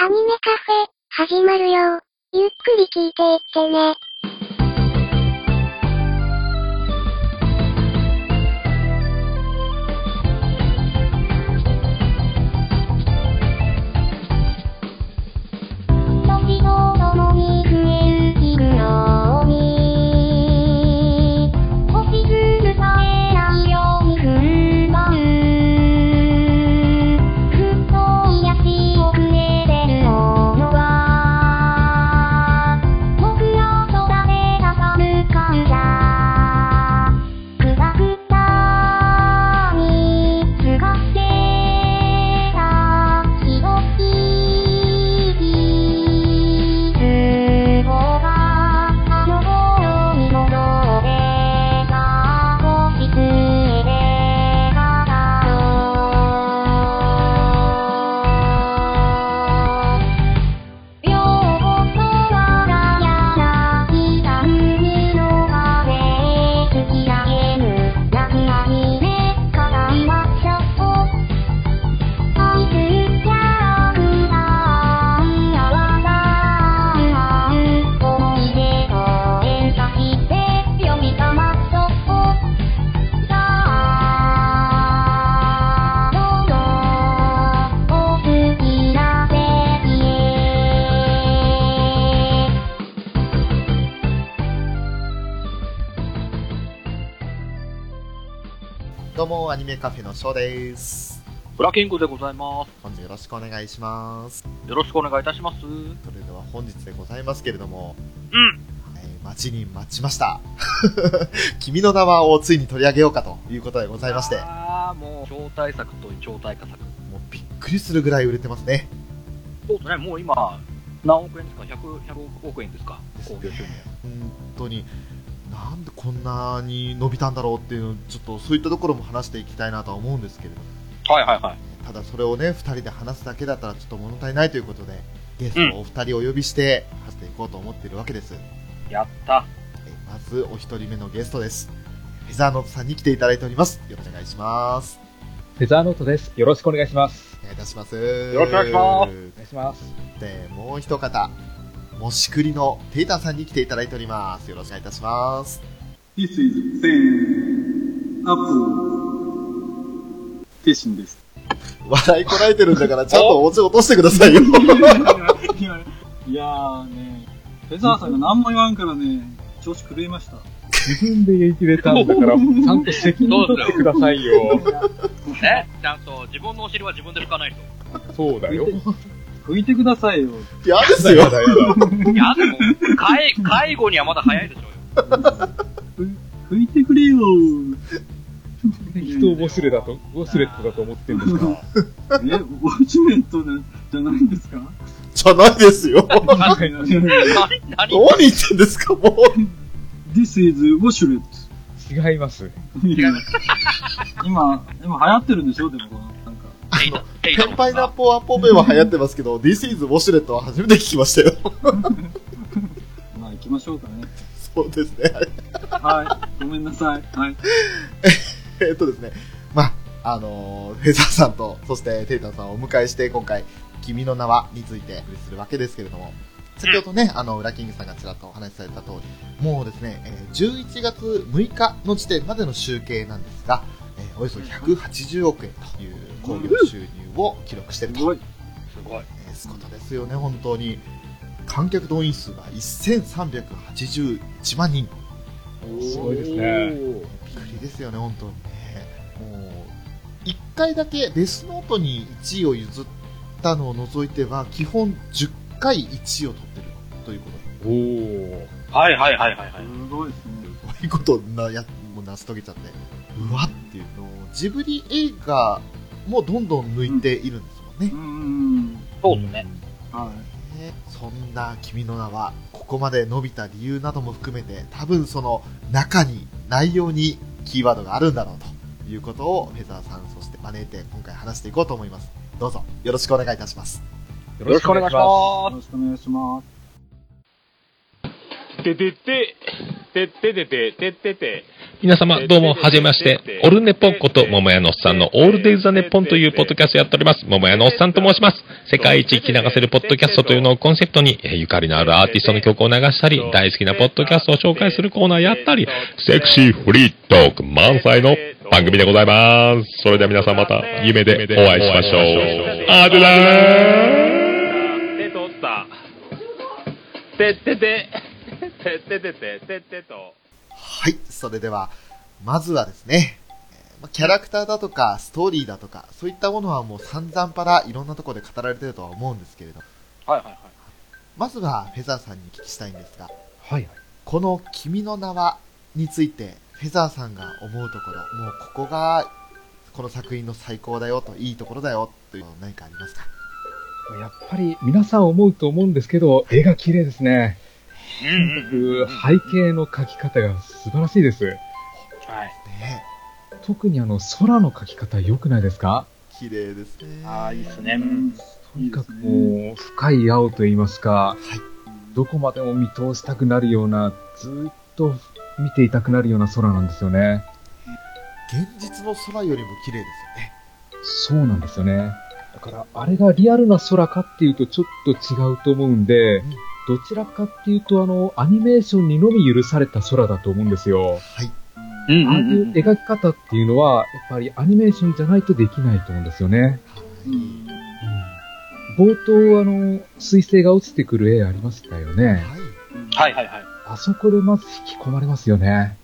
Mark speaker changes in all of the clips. Speaker 1: アニメカフェ、始まるよ。ゆっくり聞いていってね。時とともに増える日のに星しずさえないように踏ん張るふっと癒し遅れてるものは僕ら空で挟む感謝くたくたにすがってたひどい傷をがあの頃に戻ってた星つえで語ろう両言はがやらきた海の風突き上げる泣きなみで語りましょう愛するキャラクターやわらかな思い出を演歌して読みかましょう「さあどうぞお好きな席へ」
Speaker 2: どうも、アニメカフェのショーです。
Speaker 3: ブラキングでございます。
Speaker 2: 本日よろしくお願いします。
Speaker 3: よろしくお願いいたします。う
Speaker 2: それでは本日でございますけれども、
Speaker 3: ん。
Speaker 2: はい、待ちに待ちました。 君の名はをついに取り上げようかということでございまして、も
Speaker 3: ああ、もう、超大作と超大化
Speaker 2: う
Speaker 3: 作。
Speaker 2: びっくりするぐらい売れてますね。
Speaker 3: そうですね、もう今、何億円ですか ?100、100億円ですか興行収入。
Speaker 2: 本当に、なんでこんなに伸びたんだろうっていうの、ちょっとそういったところも話していきたいなとは思うんですけれども、
Speaker 3: はいはいはい。
Speaker 2: ただそれをね、二人で話すだけだったらちょっと物足りないということで、ゲストをお二人お呼びして、話していこうと思っているわけです。
Speaker 3: やった。
Speaker 2: えーまずお一人目のゲストです。フェザーノートさんに来ていただいております。よろしくお願いします。
Speaker 4: フェザーノートです。よろしくお願いします。
Speaker 2: お願いいたします。
Speaker 3: ろしくお願いしま
Speaker 4: お願いします。
Speaker 2: す。で、もう一方、もしくりのテータンさんに来ていただいております。よろしくお願いいたします。
Speaker 5: This is pen, apple, fishing です。
Speaker 2: 笑いこらえてるん だから、ちゃんとおち落としてくださいよ。
Speaker 5: いやーね、フェザーさんが何も言わんからね、調子狂いました。
Speaker 4: 自分で言い切れたんだ から、ちゃんと責任取ってくださいよ。
Speaker 3: ね、ちゃんと自分のお尻は自分で拭かないと。
Speaker 4: そうだよ。
Speaker 5: 拭いてくださいよ。
Speaker 2: 嫌ですよ。
Speaker 3: いや、でも、 介介護にはまだ早いでしょうよ。
Speaker 5: 拭いてくれよー。
Speaker 4: 人をウォシュレだと、ウォシュレットだと思ってるんですか
Speaker 5: え、ウォシュレットなじゃないんです か
Speaker 2: じゃないですよ。
Speaker 5: いやいやいや
Speaker 3: 何何
Speaker 2: 何言ってんですか、もう。
Speaker 5: This is ウォシュレット。
Speaker 4: 違います。
Speaker 5: 今、今流行ってるんでしょでもこの、なんか。
Speaker 3: テイタテイタ
Speaker 2: 先
Speaker 3: の
Speaker 2: 輩なポアポベは流行ってますけど、This is ウォシュレットは初めて聞きましたよ。
Speaker 5: まあ行きましょうかね。
Speaker 2: そうですね。
Speaker 5: はい。ごめんなさい。はい。
Speaker 2: えっとですね、まあ、あのーフェザーさんと、そしてテイタンさんをお迎えして、今回、君の名はについてお送りするわけですけれども、先ほどね、あの、ウラキングさんがちらっとお話しされた通り、もうですね、えー11月6日の時点までの集計なんですが、えーおよそ180億円という興行収入を記録してい
Speaker 5: す
Speaker 2: る
Speaker 5: ご
Speaker 2: と
Speaker 5: い。
Speaker 3: すごい。
Speaker 2: いうことですよね、本当に。観客動員数が1381万人。
Speaker 4: すごいですね
Speaker 2: びっくりですよね、本当にね。もう、1回だけデスノートに1位を譲ったのを除いては、基本10回1位を取ってるということで、
Speaker 4: おー。
Speaker 3: はいはいはいはいはい。
Speaker 5: すごいですね。
Speaker 2: こういうことをなやもう成し遂げちゃって、うわっていうのを、ジブリ映画もどんどん抜いているんですもんね
Speaker 5: う。んうん
Speaker 3: そうですね。
Speaker 5: うん。はい。
Speaker 2: ねそんな君の名は、ここまで伸びた理由なども含めて、多分その中に、内容にキーワードがあるんだろうということを、フェザーさん、そして招いて今回話していこうと思います。どうぞ、よろしくお願いいたします。
Speaker 4: よ
Speaker 3: よろしくお願いしま
Speaker 5: よろしくお願いします。
Speaker 6: ててててててててててて皆様、どうも、はじめまして。オルネポンこと、桃屋のおっさんのオールデイズ・ザ・ネッポンというポッドキャストやっております。桃屋のおっさんと申します。世界一聞き流せるポッドキャストというのをコンセプトに、えーゆかりのあるアーティストの曲を流したり、大好きなポッドキャストを紹介するコーナーやったり、セクシーフリートーク満載の番組でございます。それでは皆さんまた、夢でお会いしましょう。あでだー
Speaker 7: 手取った。てってて。てっててててってと。
Speaker 2: はい、それでは、まずはですね、えーまあキャラクターだとか、ストーリーだとか、そういったものはもう散々パラいろんなところで語られてるとは思うんですけれど、
Speaker 3: はいはいはい。
Speaker 2: まずはフェザーさんにお聞きしたいんですが、
Speaker 4: はいはい。
Speaker 2: この君の名はについて、フェザーさんが思うところ、もうここが、この作品の最高だよと、いいところだよというの何かありますか
Speaker 4: やっぱり皆さん思うと思うんですけど、絵が綺麗ですね。
Speaker 3: うん
Speaker 4: 背景の描き方が素晴らしいです。
Speaker 3: はい。
Speaker 2: ね
Speaker 4: 特にあの、空の描き方良くないですか
Speaker 2: 綺麗ですね。
Speaker 3: ああ、いいっすね。
Speaker 4: とにかくもう、深い青と言いますか、どこまでも見通したくなるような、ずっと見ていたくなるような空なんですよね。
Speaker 2: 現実の空よりも綺麗ですよね。
Speaker 4: そうなんですよね。だから、あれがリアルな空かっていうとちょっと違うと思うんで、どちらかっていうと、あの、アニメーションにのみ許された空だと思うんですよ。
Speaker 2: はい。
Speaker 3: う
Speaker 4: ああいう描き方っていうのは、やっぱりアニメーションじゃないとできないと思うんですよね。冒頭、あの、水星が落ちてくる絵ありましたよね。
Speaker 2: はい。
Speaker 3: はいはいはい。
Speaker 4: あそこでまず引き込まれますよね。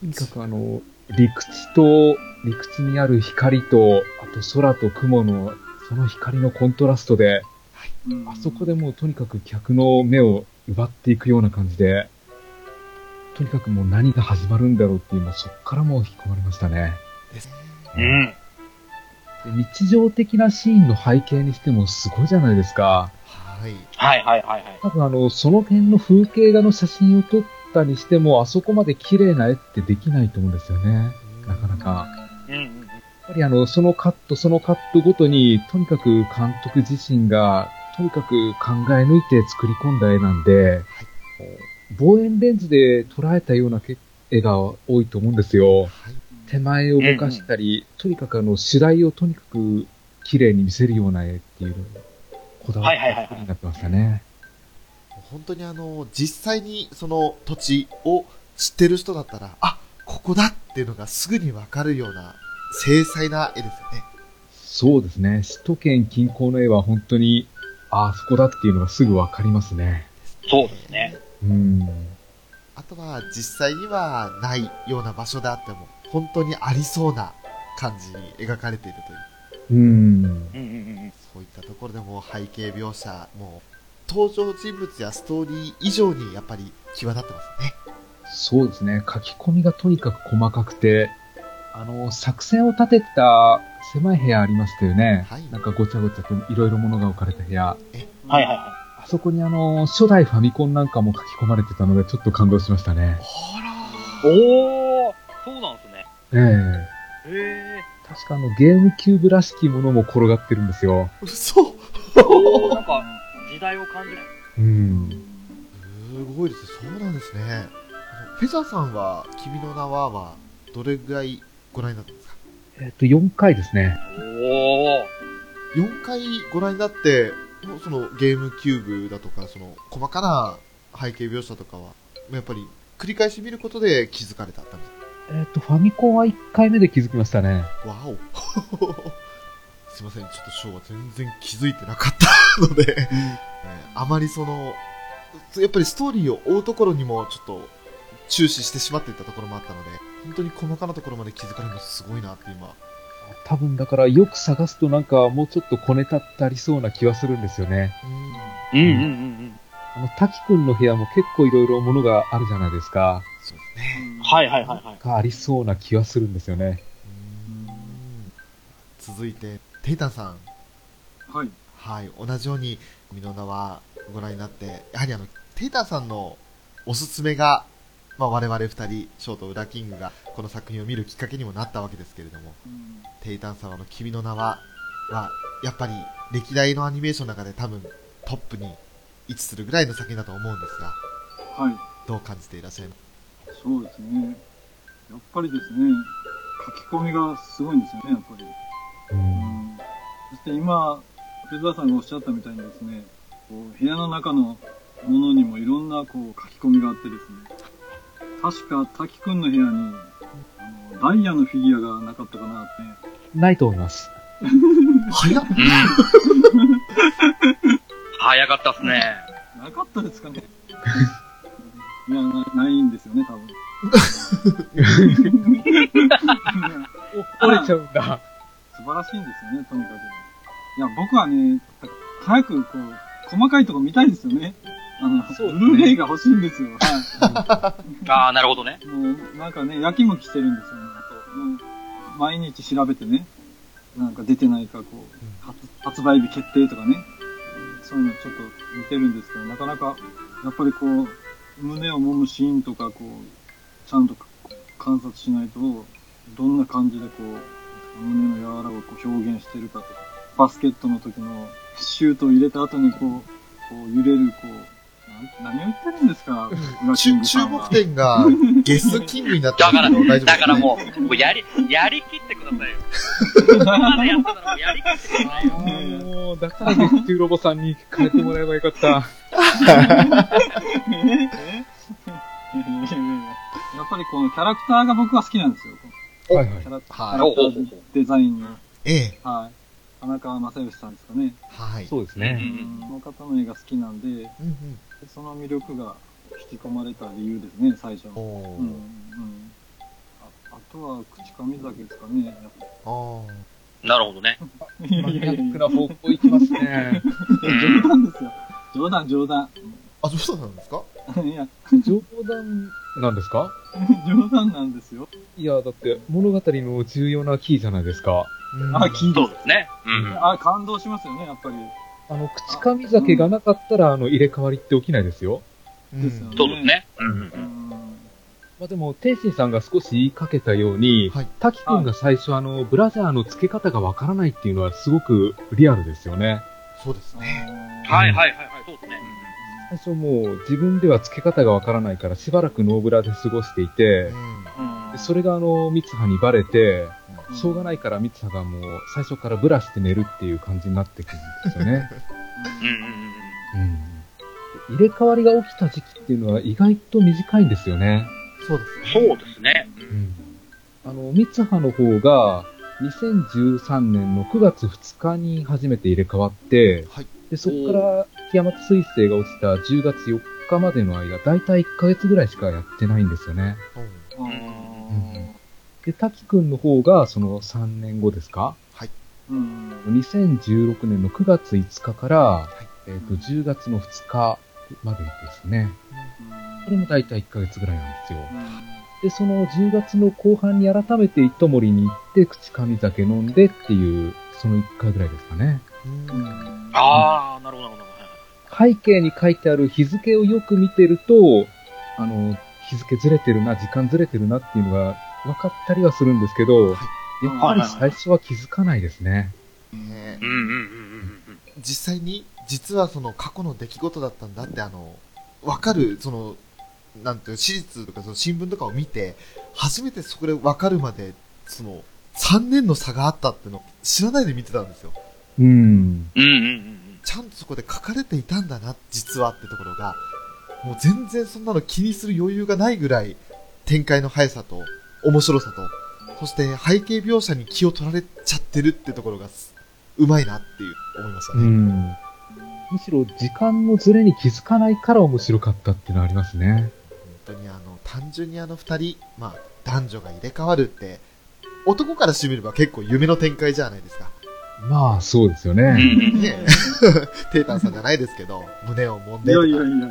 Speaker 4: とにかくあの、陸地と、陸地にある光と、あと空と雲の、その光のコントラストで、あそこでもうとにかく客の目を奪っていくような感じで、とにかくもう何が始まるんだろうっていう、もうそこからもう引き込まれましたね。
Speaker 2: ですね。
Speaker 3: うん。
Speaker 4: で日常的なシーンの背景にしてもすごいじゃないですか。
Speaker 2: はい。
Speaker 3: はいはいはいはい。
Speaker 4: 多分あの、その辺の風景画の写真を撮ったにしても、あそこまで綺麗な絵ってできないと思うんですよね。なかなか。
Speaker 3: うんうん。
Speaker 4: やっぱりあの、そのカット、そのカットごとに、とにかく監督自身が、とにかく考え抜いて作り込んだ絵なんで、望遠レンズで捉えたようなけ絵が多いと思うんですよ。手前をぼかしたり、とにかくあの、主題をとにかく綺麗に見せるような絵っていうのをこだわ
Speaker 3: はいはいはい
Speaker 4: っ
Speaker 3: は
Speaker 4: た
Speaker 3: い
Speaker 4: になってましたね。
Speaker 2: 本当にあの、実際にその土地を知ってる人だったら、あ、ここだっていうのがすぐにわかるような精細な絵ですよね。
Speaker 4: そうですね。首都圏近郊の絵は本当に、ああ、そこだっていうのがすぐわかりますね。
Speaker 3: そうですね。
Speaker 4: うん。
Speaker 2: あとは実際にはないような場所であっても、本当にありそうな感じに描かれているという、
Speaker 4: うん。
Speaker 3: うんうんうん。
Speaker 2: そういったところでもう背景描写、もう登場人物やストーリー以上にやっぱり際立ってますね。
Speaker 4: そうですね。書き込みがとにかく細かくて、あの、作戦を立てた狭い部屋ありましたよね。
Speaker 2: はい
Speaker 4: なんかごちゃごちゃといろいろ物が置かれた部屋。
Speaker 3: はいはいは
Speaker 4: あそこにあの、初代ファミコンなんかも書き込まれてたので、ちょっと感動しましたね。
Speaker 2: ほら
Speaker 3: い。おおそうなんですね。
Speaker 4: ええ
Speaker 3: へえ。
Speaker 4: 確かあの、ゲームキューブらしきものも転がってるんですよ。
Speaker 2: ー、嘘
Speaker 3: なんか、時代を感じる。
Speaker 4: うん。
Speaker 2: すごいですねそうなんですね。あのフェザーさんは、君の名はは、どれぐらいご覧になったんですか
Speaker 4: えっ、と、4回ですね。
Speaker 3: おお
Speaker 2: ?4 回ご覧になって、もうそのゲームキューブだとか、その細かな背景描写とかは、やっぱり繰り返し見ることで気づかれたったんで
Speaker 4: えっ、と、ファミコンは1回目で気づきましたね。
Speaker 2: す。わお すいません、ちょっとショーは全然気づいてなかったので、ねあまりその、やっぱりストーリーを追うところにもちょっと注視してしまっていたところもあったので、本当に細かなところまで気づかれるのすごいなって今、
Speaker 4: 多分だからよく探すとなんかもうちょっと小ネタってありそうな気はするんですよね。
Speaker 2: うん
Speaker 3: うんうん
Speaker 4: うんあの、滝くんの部屋も結構いろいろものがあるじゃないですか。
Speaker 2: そうですね。
Speaker 3: うん。はいはいはいはい。
Speaker 4: がありそうな気はするんですよね。
Speaker 2: うん続いて、テイタンさん。
Speaker 5: はい。
Speaker 2: はい、同じように、ミノナはご覧になって、やはりあの、テイタンさんのおすすめが、まあ我々二人、ショーとウラキングがこの作品を見るきっかけにもなったわけですけれども、テイタンさんはあの、君の名は、は、やっぱり歴代のアニメーションの中で多分トップに位置するぐらいの作品だと思うんですが、
Speaker 5: はい。
Speaker 2: どう感じていらっしゃいます
Speaker 5: そうですね。やっぱりですね、書き込みがすごいんですよね、やっぱり。うんそして今、フェザーさんがおっしゃったみたいにですね、こう部屋の中のものにもいろんなこう書き込みがあってですね、確か滝くんの部屋にあのダイヤのフィギュアがなかったかなって、
Speaker 4: ないと思います。
Speaker 2: 早っ
Speaker 3: 早かったっすね。
Speaker 5: なかったですか ね。いやな、ないんですよね、多 分。
Speaker 4: 折れちゃうんだ。
Speaker 5: 素晴らしいんですよね、とにかく。いや、僕はね、早くこう、細かいとこ見たいんですよね。あの、
Speaker 4: そうですね
Speaker 5: ブルーレイが欲しいんですよ。は
Speaker 3: ああ、なるほどね。
Speaker 5: い。もう、なんかね、やきもきしてるんですよね。もう毎日調べてね、なんか出てないか、こう、発発売日決定とかね。そういうのちょっと見てるんですけど、なかなか、やっぱりこう、胸を揉むシーンとか、こう、ちゃんと観察しないと、どんな感じでこう、胸の柔らかをこう表現してるかとか、バスケットの時のシュートを入れた後にこう、こう揺れる、こう、なん何を言ってるんですか、ブラッキン
Speaker 2: 注
Speaker 5: グ
Speaker 2: 注
Speaker 5: さんは
Speaker 2: 目。 点がゲスキングになって
Speaker 3: だから、
Speaker 2: るけど大丈夫ですね
Speaker 3: だからもう、もうやり、やりきってくださいよ。まだやったならもうやりきってくださいよ。
Speaker 5: ー
Speaker 4: もう、だから月中ロボさんに変えてもらえばよかった。
Speaker 5: ええええやっぱりこのキャラクターが僕は好きなんですよ。
Speaker 4: はいは
Speaker 5: キャラキャラ
Speaker 2: は
Speaker 5: クターデザインの、
Speaker 2: い。ええ。
Speaker 5: はい。田中正義さんですかね。
Speaker 2: はい。
Speaker 4: そうです
Speaker 3: う
Speaker 4: ね。
Speaker 3: ん
Speaker 5: この方の絵が好きなんで、
Speaker 2: うんうん。
Speaker 5: その魅力が引き込まれた理由ですね、最初。
Speaker 2: お
Speaker 5: うんう
Speaker 2: ー。
Speaker 5: んああとは、口上酒ですかね。やっぱ
Speaker 2: おー。
Speaker 3: なるほどね。
Speaker 5: いや
Speaker 4: マ
Speaker 5: い
Speaker 4: ニ
Speaker 5: や
Speaker 4: ア
Speaker 5: いや
Speaker 4: ックな方向行きますね。
Speaker 3: うん
Speaker 5: 冗談ですよ。冗談、冗談。
Speaker 2: あ、そうなんですか
Speaker 5: いや、
Speaker 4: 冗談なんですか
Speaker 5: 冗談なんですよ。
Speaker 4: いや、だって物語の重要なキーじゃないですか。
Speaker 2: うん
Speaker 5: あ、聞い
Speaker 3: そう
Speaker 5: た。
Speaker 3: ですね。うん。
Speaker 5: あ、感動しますよね、やっぱり。
Speaker 4: あの、口上酒がなかったら、あの、入れ替わりって起きないですよ。
Speaker 2: う
Speaker 5: ですよ
Speaker 2: ん
Speaker 5: ね
Speaker 3: そうですね。うん
Speaker 5: うん。
Speaker 4: まあでも、天心さんが少し言いかけたように、
Speaker 2: はい
Speaker 4: 滝くんが最初、あの、ブラジャーの付け方がわからないっていうのはすごくリアルですよね。
Speaker 2: そうですね。
Speaker 5: い。
Speaker 3: はいはいはいはい、そうですね。
Speaker 4: 最初もう自分では付け方がわからないからしばらくノーブラで過ごしていて、でそれがあの、ミツハにバレて、しょうがないからミツハがもう最初からブラして寝るっていう感じになってくるんです よね。
Speaker 3: うんうんうん
Speaker 4: 入れ替わりが起きた時期っていうのは意外と短いんですよね。
Speaker 2: そうですね。
Speaker 3: そうですね。
Speaker 4: あの、三葉の方が、2013年の9月2日に初めて入れ替わって、
Speaker 2: はい
Speaker 4: でそこから、木山彗星が落ちた10月4日までの間、だいたい1ヶ月ぐらいしかやってないんですよね。
Speaker 5: うん。
Speaker 4: で、滝くんの方が、その3年後ですか
Speaker 5: うん。
Speaker 4: ?2016 年の9月5日から、
Speaker 2: い
Speaker 4: えっ、と、10月の2日までですね。これもだいたい1ヶ月ぐらいなんですよ。で、その10月の後半に改めて糸森に行って、口上酒飲んでっていう、その1回ぐらいですかね。
Speaker 2: うん。
Speaker 5: うん
Speaker 2: うん
Speaker 3: ああ、なるほどなるほ
Speaker 4: 背景に書いてある日付をよく見てると、あの、日付ずれてるな、時間ずれてるなっていうのが分かったりはするんですけど、やっぱり最初は気づかないですね。
Speaker 2: ねえ
Speaker 3: ど。うんうんうんうんうん。
Speaker 2: 実際に、実はその過去の出来事だったんだって、あの、わかる、その、なんていうの、史実とかその新聞とかを見て、初めてそこでわかるまで、その、3年の差があったっての、知らないで見てたんですよ。
Speaker 4: うん。
Speaker 3: うんうんうん
Speaker 2: ちゃんとそこで書かれていたんだな、実はってところが、もう全然そんなの気にする余裕がないぐらい、展開の速さと、面白さと、そして背景描写に気を取られちゃってるってところがす、うまいなっていう、思いました
Speaker 4: う
Speaker 2: ね。
Speaker 4: ん。むしろ時間のずれに気づかないから面白かったっていうのはありますね。
Speaker 2: 本当にあの、単純にあの二人、まあ、男女が入れ替わるって、男からしてみれば結構夢の展開じゃないですか。
Speaker 4: まあ、そうですよね。
Speaker 3: うん。うんうん。
Speaker 2: ねテータンさんじゃないですけど、胸を揉ん
Speaker 5: い
Speaker 2: でと
Speaker 5: や
Speaker 2: か。
Speaker 5: いやいや、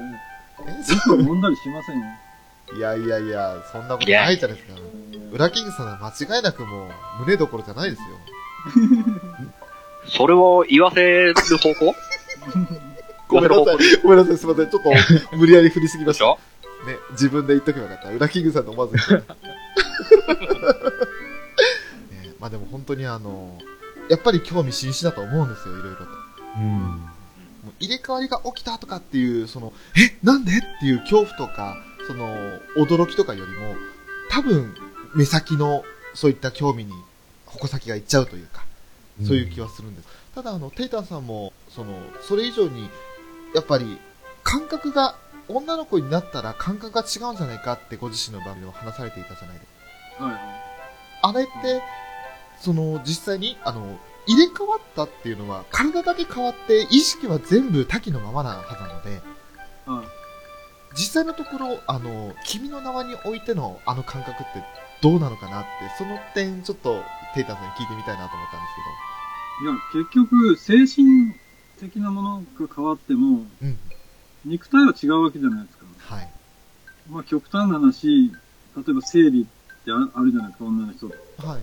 Speaker 2: え
Speaker 5: 僕は揉んだりしませんよ。
Speaker 2: そういやいやいや、そんなことないじゃないですか。ウラキングさんは間違いなくもう、胸どころじゃないですよ。
Speaker 3: それを言わせる方向
Speaker 2: ごめんなさい、ごめんなさい、すいません。ちょっと、無理やり振りすぎま
Speaker 3: で
Speaker 2: し
Speaker 3: しょ
Speaker 2: た。ね、自分で言っとけばよかった。ウラキングさんの思わ ず言っちゃった。ね、まあでも本当にあの、やっぱり興味津々だと思うんですよ、いろいろと。
Speaker 4: うん。
Speaker 2: もう入れ替わりが起きたとかっていう、その、え、なんでっていう恐怖とか、その、驚きとかよりも、多分、目先の、そういった興味に、矛先がいっちゃうというか、そういう気はするんです。ただ、あの、テイタンさんも、その、それ以上に、やっぱり、感覚が、女の子になったら感覚が違うんじゃないかってご自身の番組でも話されていたじゃないですか。
Speaker 5: はい。
Speaker 2: あれって、その、実際に、あの、入れ替わったっていうのは、体だけ変わって、意識は全部多岐のままなはずなので、
Speaker 5: はい。
Speaker 2: 実際のところ、あの、君の名はにおいてのあの感覚ってどうなのかなって、その点ちょっと、テイタンさんに聞いてみたいなと思ったんです
Speaker 5: いや、結局、精神的なものが変わっても、
Speaker 2: けど。うん。
Speaker 5: 肉体は違うわけじゃないですか。
Speaker 2: はい。
Speaker 5: まあ、極端な話、例えば生理ってああるじゃないですか、女の人。
Speaker 2: はい。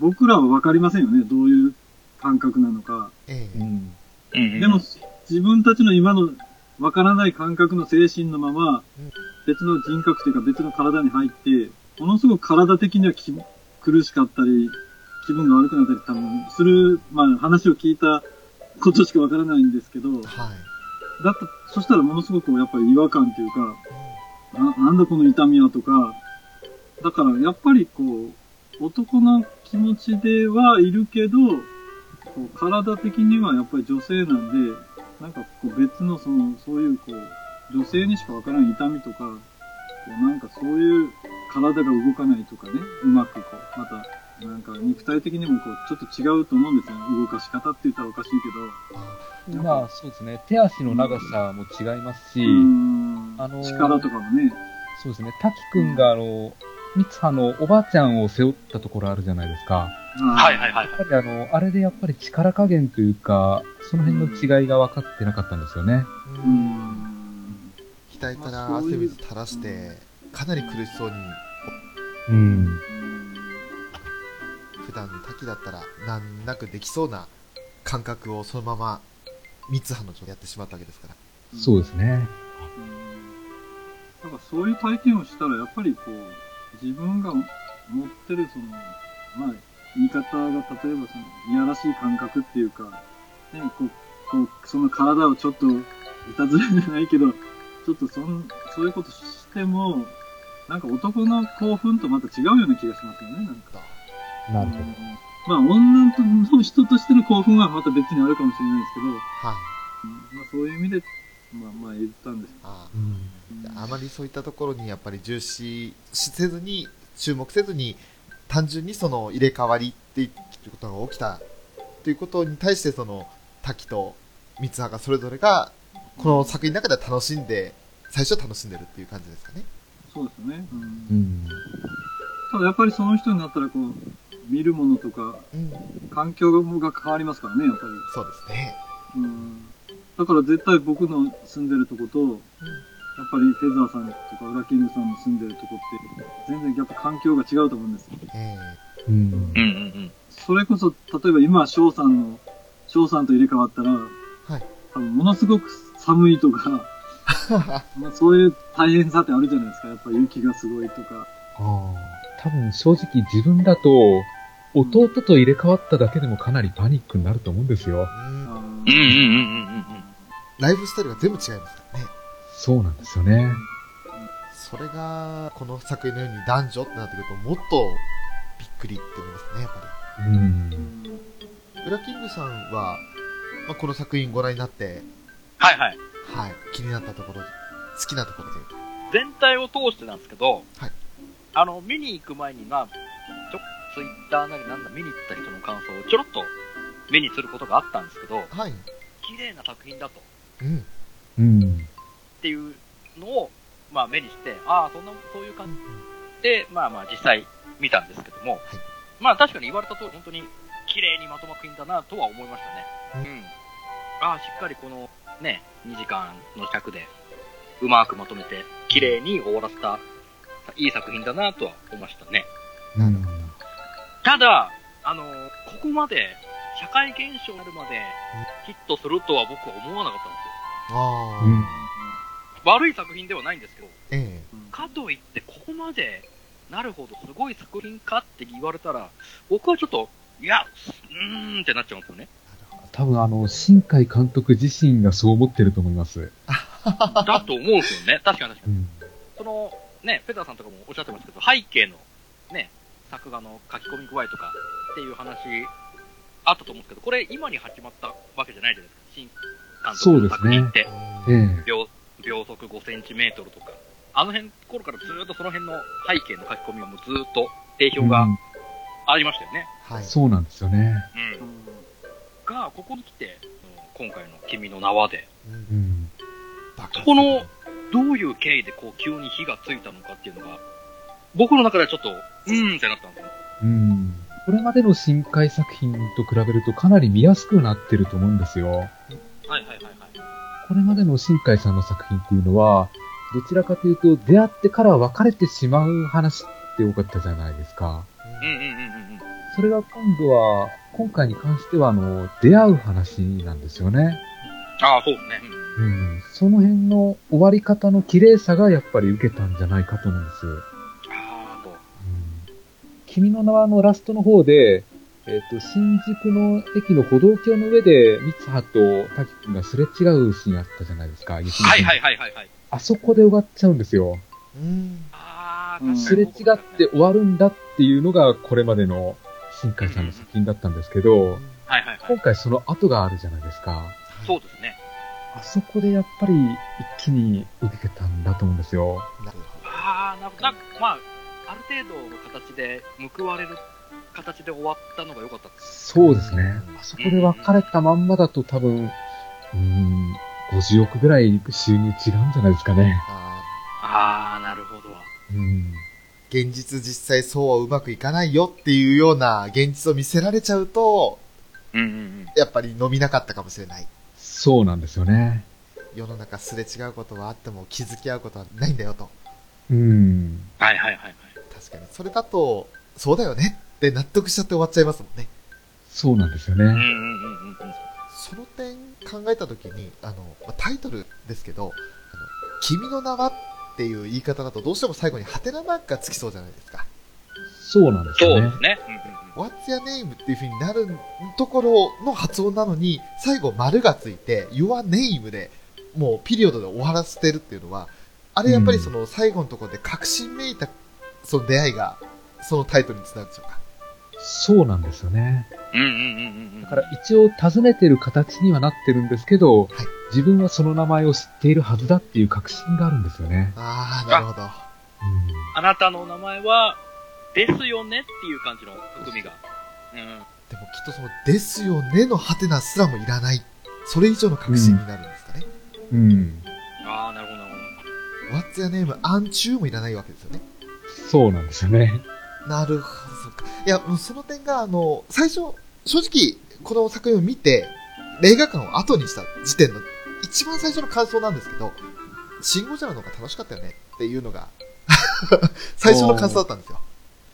Speaker 5: 僕らは分かりませんよね、どういう感覚なのか。
Speaker 2: ええ
Speaker 4: うん。
Speaker 5: でも、自分たちの今の分からない感覚の精神のまま
Speaker 2: うん、
Speaker 5: 別の人格というか別の体に入って、ものすごく体的にはき苦しかったり、気分が悪くなったり多分する、まあ話を聞いたことしか分からないんですけど、
Speaker 2: はい。
Speaker 5: だった、そしたらものすごくやっぱり違和感というか、ななんだこの痛みはとか、だからやっぱりこう、男の気持ちではいるけど、こう体的にはやっぱり女性なんで、なんかこう別のその、そういうこう、女性にしかわからない痛みとか、こうなんかそういう体が動かないとかね、うまくこう、また、なんか肉体的にもこう、ちょっと違うと思うんですよね。動かし方って言ったらおかしいけど。
Speaker 4: まあ、そうですね。手足の長さも違いますし、
Speaker 5: うん
Speaker 4: あのー
Speaker 5: 力とかもね。
Speaker 4: そうですね。滝くんが、あの、三葉のおばあちゃんを背負ったところあるじゃないですか。
Speaker 3: はいはいはい。
Speaker 4: やっぱりあの、あれでやっぱり力加減というか、その辺の違いが分かってなかったんですよね。
Speaker 2: う。
Speaker 5: うんん。
Speaker 2: 額から
Speaker 5: まあ
Speaker 2: 汗
Speaker 5: そういう
Speaker 2: 水垂らして、かなり苦しそうに、
Speaker 4: うん。
Speaker 2: 普段の滝だったら、なんなくできそうな感覚をそのまま、三葉の状態やってしまったわけですから。
Speaker 4: そうですね。
Speaker 5: なんかそういう体験をしたら、やっぱりこう、自分が持ってるその、まあ、言い方が例えばその、いやらしい感覚っていうか、ね、こう、こうその体をちょっと、いたずらじゃないけど、ちょっとそん、そういうことしても、なんか男の興奮とまた違うような気がしますよね、なんか。
Speaker 4: なるほど。
Speaker 5: まあ、女の人としての興奮はまた別にあるかもしれないですけど、
Speaker 2: はい。
Speaker 5: まあ、そういう意味で、まあ、まあ、言ったんです
Speaker 2: あ
Speaker 4: うん。
Speaker 5: けど。
Speaker 2: あまりそういったところにやっぱり重視しせずに、注目せずに、単純にその入れ替わりっていうことが起きたということに対して、その滝と三葉がそれぞれが、この作品の中では楽しんで、最初は楽しんでるっていう感じですかね。
Speaker 5: そうですね。うん
Speaker 4: うん。
Speaker 5: ただやっぱりその人になったらこう、見るものとか、
Speaker 2: うん、
Speaker 5: 環境が変わりますからね、やっぱ
Speaker 2: そうですね。
Speaker 5: り。うん。だから絶対僕の住んでるとこと、やっぱりフェザーさんとかウラキングさんの住んでるとこって、全然やっぱ環境が違うと思うんですよ。
Speaker 2: え
Speaker 4: うん
Speaker 3: う。んうん
Speaker 5: それこそ、例えば今、翔さんの、翔さんと入れ替わったら、
Speaker 2: い
Speaker 5: 多分ものすごく寒いと か、まあそういう大変さってあるじゃないですか。やっぱ雪がすごいとか。
Speaker 4: ああ。多分正直自分だと、弟と入れ替わっただけでもかなりパニックになると思うんです
Speaker 2: えう
Speaker 4: よ。
Speaker 2: ん
Speaker 5: あ
Speaker 3: うん。うんうん
Speaker 5: ー
Speaker 3: うんうんうん。
Speaker 2: ライフスタイルが全部違いますからね。
Speaker 4: そうなんですよね。
Speaker 2: それが、この作品のように男女ってなってくると、もっとびっくりって思いますね、やっぱり。
Speaker 4: うん。
Speaker 2: ウラキングさんは、まあ、この作品ご覧になって、
Speaker 3: はいはい。
Speaker 2: はい、気になったところ、好きなところというか。
Speaker 3: 全体を通してなんですけど、
Speaker 2: はい
Speaker 3: あの、見に行く前に、まあ、ちょ、ツイッターなりなんだ、見に行った人の感想をちょろっと目にすることがあったんですけど、
Speaker 2: はい。
Speaker 3: 綺麗な作品だと、っ
Speaker 2: うん。
Speaker 4: うん。
Speaker 3: ていうのを、まあ目にして、ああ、そんな、そういう感じで、まあまあ実際見たんですけども、まあ確かに言われた通り、本当に綺麗にまとまった作品だなとは思いましたね。うん。ああ、しっかりこの、ね、2時間の尺で、うまくまとめて、綺麗に終わらせた、いい作品だなとは思いましたね。
Speaker 4: なるほ
Speaker 3: ただ、あの、ここまで、社会現象になるまで、ヒットするとは僕は思わなかったんで
Speaker 2: あ
Speaker 3: す
Speaker 2: あ、
Speaker 4: うん
Speaker 3: よ。悪い作品ではないんですけど、
Speaker 2: え
Speaker 3: かといって、ここまでなるほどすごい作品かって言われたら、僕はちょっと、いや、うーんってなっちゃうんですよね。
Speaker 4: 多分あの、新海監督自身がそう思ってると思います。
Speaker 3: だと思うんですよね。確かに確か
Speaker 4: うん。
Speaker 3: その、ね、ペターさんとかもおっしゃってますけど、背景の、ね、作画の書き込み具合とかっていう話、あったと思うんですけど、これ今に始まったわけじゃないじゃないですか。新監督の作品って。
Speaker 4: ええ。
Speaker 3: 秒秒速5センチメートルとか、あの辺頃からずーっとその辺の背景の書き込みはもうずーっと定評
Speaker 4: う
Speaker 3: が
Speaker 4: ん
Speaker 3: ありましたよね。
Speaker 2: はい。
Speaker 4: そうなんですよね。
Speaker 3: うんが、ここに来て、その今回の君の名はで、
Speaker 2: うん
Speaker 4: うん。
Speaker 3: そこの、どういう経緯でこう急に火がついたのかっていうのが、僕の中ではちょっと、うーんってなったんですよ。
Speaker 4: うん。これまでの深海作品と比べるとかなり見やすくなってると思うんですよ。
Speaker 3: はいはいはいはい。
Speaker 4: これまでの新海さんの作品っていうのは、どちらかというと、出会ってから別れてしまう話って多かったじゃないですか。
Speaker 3: うんうんうんうんうん。
Speaker 4: それが今度は、今回に関しては、あの、出会う話なんですよね。
Speaker 3: ああ、そうですね。
Speaker 4: うん。その辺の終わり方の綺麗さがやっぱり受けたんじゃないかと思うんです。うん。
Speaker 3: うん、ああ、そう。
Speaker 4: 君の名はのラストの方で、えっ、と、新宿の駅の歩道橋の上で、三葉と滝君がすれ違うシーンあったじゃないですか。はい
Speaker 3: はいはいはいはいはい。
Speaker 4: あそこで終わっちゃうんですよ。
Speaker 2: うん。
Speaker 3: ああ、
Speaker 5: うん
Speaker 4: すれ違って終わるんだっていうのがこれまでの新海さんの作品だったんですけど、
Speaker 3: はいはいは
Speaker 4: 今
Speaker 3: い。
Speaker 4: 回その後があるじゃないですか。
Speaker 3: そうですね。
Speaker 4: あそこでやっぱり一気に受けたんだと思うんですよ。
Speaker 2: なるほど。
Speaker 3: ああ、なんか、まあ、ある程度の形で報われる形で終わったのが良かったです。
Speaker 4: そうですね。あそこで別れたまんまだと多分、うーん、50億ぐらい収入違うんじゃないですかね。
Speaker 2: あ
Speaker 3: ああ、なるほど。
Speaker 4: うん。
Speaker 2: ー現実実際そうはうまくいかないよっていうような現実を見せられちゃうと、
Speaker 3: うんうんうん。
Speaker 2: やっぱり飲みなかったかもしれない。
Speaker 4: そうなんですよね。
Speaker 2: 世の中すれ違うことはあっても気づき合うことはないんだよと。
Speaker 4: うん。
Speaker 3: はいはいはいはい。
Speaker 2: 確かに。それだと、そうだよねって納得しちゃって終わっちゃいますもんね。
Speaker 4: そうなんですよ
Speaker 3: う
Speaker 4: ね。
Speaker 3: んうんうんうん。
Speaker 2: その点考えたときに、あの、まあタイトルですけど、あの君の名はっていう言い方だとどうしても最後にハテナマークがつきそうじゃないですか。
Speaker 4: そうなんです
Speaker 3: そう
Speaker 4: よね
Speaker 3: で。すね。うんうんうん
Speaker 2: What's your name? っていう風になるところの発音なのに、最後丸がついて、your name で、もうピリオドで終わらせてるっていうのは、あれやっぱりその最後のところで確信めいた、その出会いが、そのタイトルにつながるんでしょうか。
Speaker 4: そうなんですよね。
Speaker 3: うんうんうんうん。
Speaker 4: だから一応尋ねてる形にはなってるんですけど、自分はその名前を知っているはずだっていう確信があるんですよね。
Speaker 2: あー、なるほど。
Speaker 3: あなたの名前は、ですよねっていう感じの含みが。うん。
Speaker 2: でもきっとその、ですよねのハテナすらもいらない。それ以上の確信になるんですかね。
Speaker 4: うん。うん。
Speaker 3: ああ、なるほどなるほ
Speaker 2: What's your name? アンチューもいらないわけですよね。
Speaker 4: そうなんですよね。
Speaker 2: なるほど、そっか。いや、もうその点が、あの、最初、正直、この作品を見て、映画館を後にした時点の、一番最初の感想なんですけど、シン・ゴジラの方が楽しかったよねっていうのが、 最初の感想だったんですよ。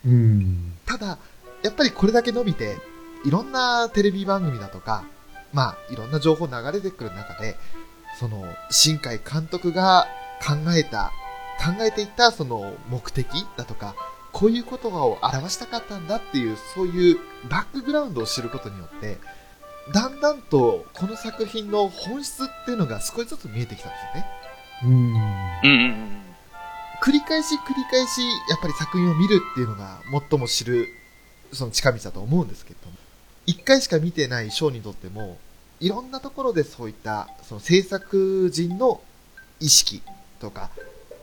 Speaker 4: うん。
Speaker 2: ただ、やっぱりこれだけ伸びて、いろんなテレビ番組だとか、まあ、いろんな情報流れてくる中で、その、新海監督が考えた、考えていたその目的だとか、こういう言葉を表したかったんだっていう、そういうバックグラウンドを知ることによって、だんだんとこの作品の本質っていうのが少しずつ見えてきたんですよね。
Speaker 4: うん。
Speaker 3: ど。うんうんうん。
Speaker 2: 繰り返し繰り返し、やっぱり作品を見るっていうのが最も知る、その近道だと思うんですけれども、一回しか見てない賞にとっても、いろんなところでそういった、その制作人の意識とか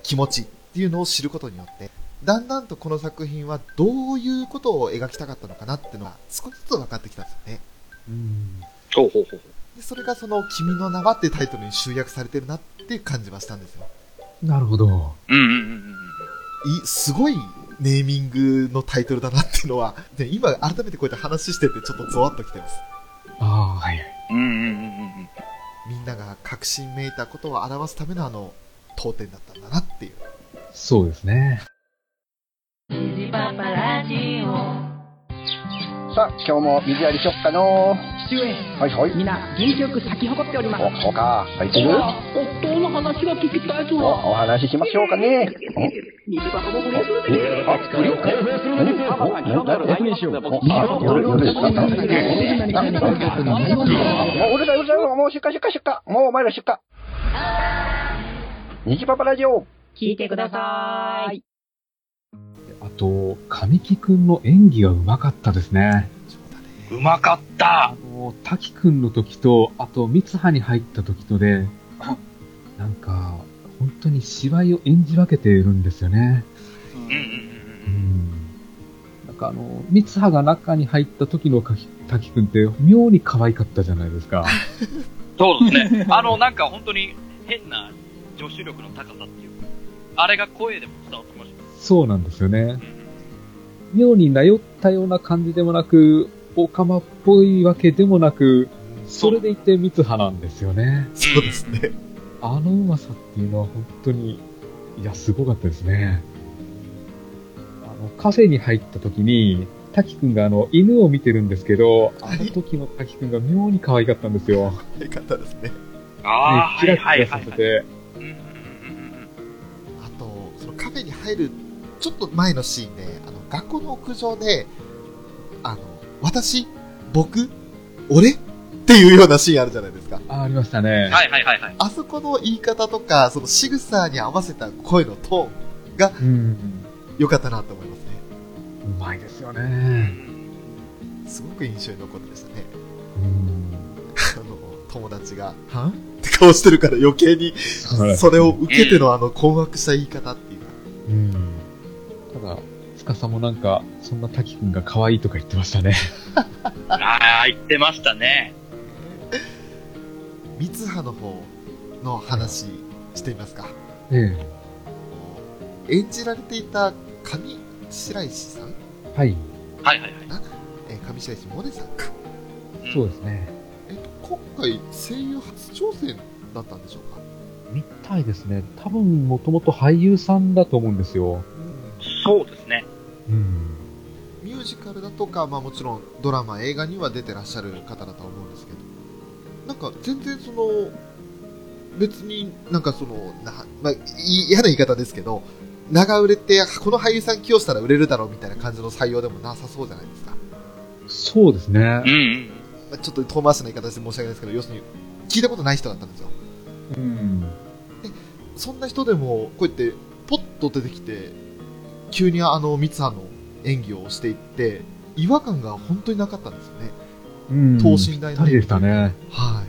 Speaker 2: 気持ちっていうのを知ることによって、だんだんとこの作品はどういうことを描きたかったのかなっていうのが少しずつ分かってきたんですよね。
Speaker 4: うん。
Speaker 3: ほうほうほうほう。
Speaker 2: でそれがその君の名はっていうタイトルに集約されてるなっていう感じはしたんですよ。
Speaker 4: なるほど。
Speaker 3: うんうんうんうんうん。
Speaker 2: い、すごいネーミングのタイトルだなっていうのは、で今改めてこうやって話しててちょっとゾワッときてます。
Speaker 4: ああ、はいはい。
Speaker 3: うんうんうんうんうん。
Speaker 2: みんなが確信めいたことを表すためのあの、当店だったんだなっていう。
Speaker 4: そうですね。
Speaker 8: さあ、今日も水やりしよっかの
Speaker 9: 父上
Speaker 8: はいはい。
Speaker 9: みんな元気よく咲き誇っております
Speaker 8: お、そうか。入ってる
Speaker 9: 夫の話が聞きたいぞ
Speaker 8: お、お話ししましょうかね。
Speaker 9: 水がほぼほぼする
Speaker 8: んえあ、無料えお、誰誰にしよう。お、あ、夜、夜ですかあ、もううるさいうるさい。もう出荷出荷出荷。もうお前ら出荷。虹パパラジオ。
Speaker 9: 聞いてください。
Speaker 4: あと、神木くんの演技がうまかったですね。
Speaker 3: うまかっ
Speaker 4: あ
Speaker 3: た
Speaker 4: の、滝くんの時と、あと、三葉に入った時とで、なんか、本当に芝居を演じ分けているんですよね。
Speaker 3: うんうんう
Speaker 4: う
Speaker 3: ん
Speaker 4: ん。なんかあの、三葉が中に入った時の滝滝くんって、妙に可愛かったじゃないですか。
Speaker 3: うん。そうです ね。あの、なんか本当に変な女子力の高さっていうか、あれが声でも伝わってました。
Speaker 4: そうなんですよね。
Speaker 3: うん
Speaker 4: 妙になよったような感じでもなく、オカマっぽいわけでもなく、それでいて三葉なんですよね。
Speaker 2: そうですね。
Speaker 4: あのうまさっていうのは本当に、いや、すごかったですね。あの、カフェに入った時に、滝くんがあの、犬を見てるんですけど、あの時の滝くんが妙に可愛かったんですよ。
Speaker 2: よかったですね。
Speaker 3: ああ、
Speaker 4: キ
Speaker 3: はい
Speaker 4: ラキ
Speaker 3: は
Speaker 4: ラ
Speaker 3: い
Speaker 4: さ
Speaker 3: はい
Speaker 4: せ
Speaker 3: はい。
Speaker 4: て。
Speaker 3: うんうんうんうん
Speaker 2: あと、そのカフェに入るちょっと前のシーンで、あの、学校の屋上で、あの、私、僕、俺っていうようなシーンあるじゃないですか。
Speaker 4: あ、ありましたね。
Speaker 3: うんはいはいはいはい。
Speaker 2: あそこの言い方とか、その仕草に合わせた声のトーンが
Speaker 4: うん。
Speaker 2: 良かったなと思いますね。
Speaker 4: うまいですよね。
Speaker 2: すごく印象に残ってましたね。
Speaker 4: うん。
Speaker 2: あの、友達が、はんって顔してるから余計に、それを受けてのあの困惑した言い方っていうか、
Speaker 4: うん。ただ、司もなんか、そんな滝くんが可愛いとか言ってましたね。
Speaker 3: ああ、言ってましたね。
Speaker 2: 三葉の方の話してみますか。
Speaker 4: え
Speaker 2: 演じられていた上白石さん、
Speaker 4: え。はい。
Speaker 3: はいはいはい。
Speaker 2: えー上白石萌音さんか、
Speaker 3: うん
Speaker 4: そうですね。
Speaker 2: えっと今回声優初挑戦だったんでしょうか、
Speaker 4: みたいですね。多分、もともと俳優さんだと思うんですよ。
Speaker 3: そうですね。
Speaker 4: うん。
Speaker 2: ミュージカルだとか、まあ、もちろんドラマ映画には出てらっしゃる方だとは思うんですけどなんか全然その別になんかそのな、まあ、い嫌な言い方ですけど長売れってこの俳優さん起用したら売れるだろうみたいな感じの採用でもなさそうじゃないですか
Speaker 4: そうですね
Speaker 3: うん。うん。
Speaker 2: まあちょっと遠回しな言い方で申し訳ないですけど要するに聞いたことない人だったんですよ
Speaker 4: うん。
Speaker 2: そんな人でも、こうやって、ポッと出てきて、急にあの、ミツハの演技をしていって、違和感が本当になかったんですよね。
Speaker 4: うん。
Speaker 2: 等身大
Speaker 4: ぴっ
Speaker 2: の
Speaker 4: たりでしたね。
Speaker 2: は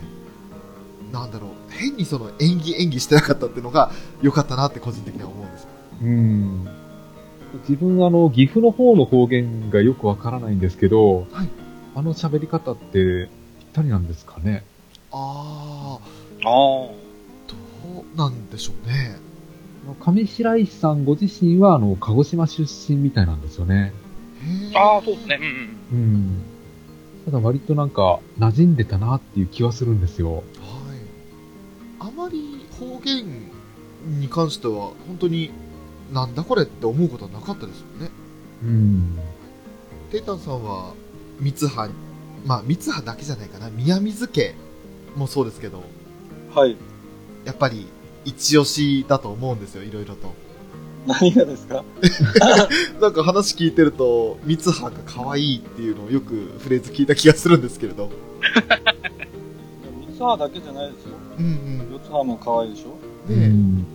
Speaker 2: い。なんだろう、変にその演技演技してなかったっていうのが良かったなって個人的には思うんです。
Speaker 4: うん。自分、あの、岐阜の方の方言がよくわからないんですけど、
Speaker 2: はい
Speaker 4: あの喋り方って、ぴったりなんですかね。
Speaker 2: あー、
Speaker 3: ああ。
Speaker 2: どうなんでしょうね。
Speaker 4: あの上白石さんご自身は、あの、鹿児島出身みたいなんですよね。
Speaker 2: へー
Speaker 3: ああ、そうですね。うんうん。
Speaker 4: うん。ただ割となんか、馴染んでたなっていう気はするんですよ。
Speaker 2: はい。あまり方言に関しては、本当に、なんだこれって思うことはなかったですよね。
Speaker 4: うん。
Speaker 2: テイタンさんは三葉まあ三葉だけじゃないかな宮水家もそうですけど
Speaker 5: はい。
Speaker 2: やっぱり一押しだと思うんですよいろいろと
Speaker 5: 何がですか
Speaker 2: なんか話聞いてると三葉が可愛いっていうのをよくフレーズ聞いた気がするんですけれど
Speaker 5: 三葉だけじゃないですよ。
Speaker 2: うん
Speaker 5: 四葉も可愛いでしょ
Speaker 2: う
Speaker 4: うん
Speaker 2: で
Speaker 4: ん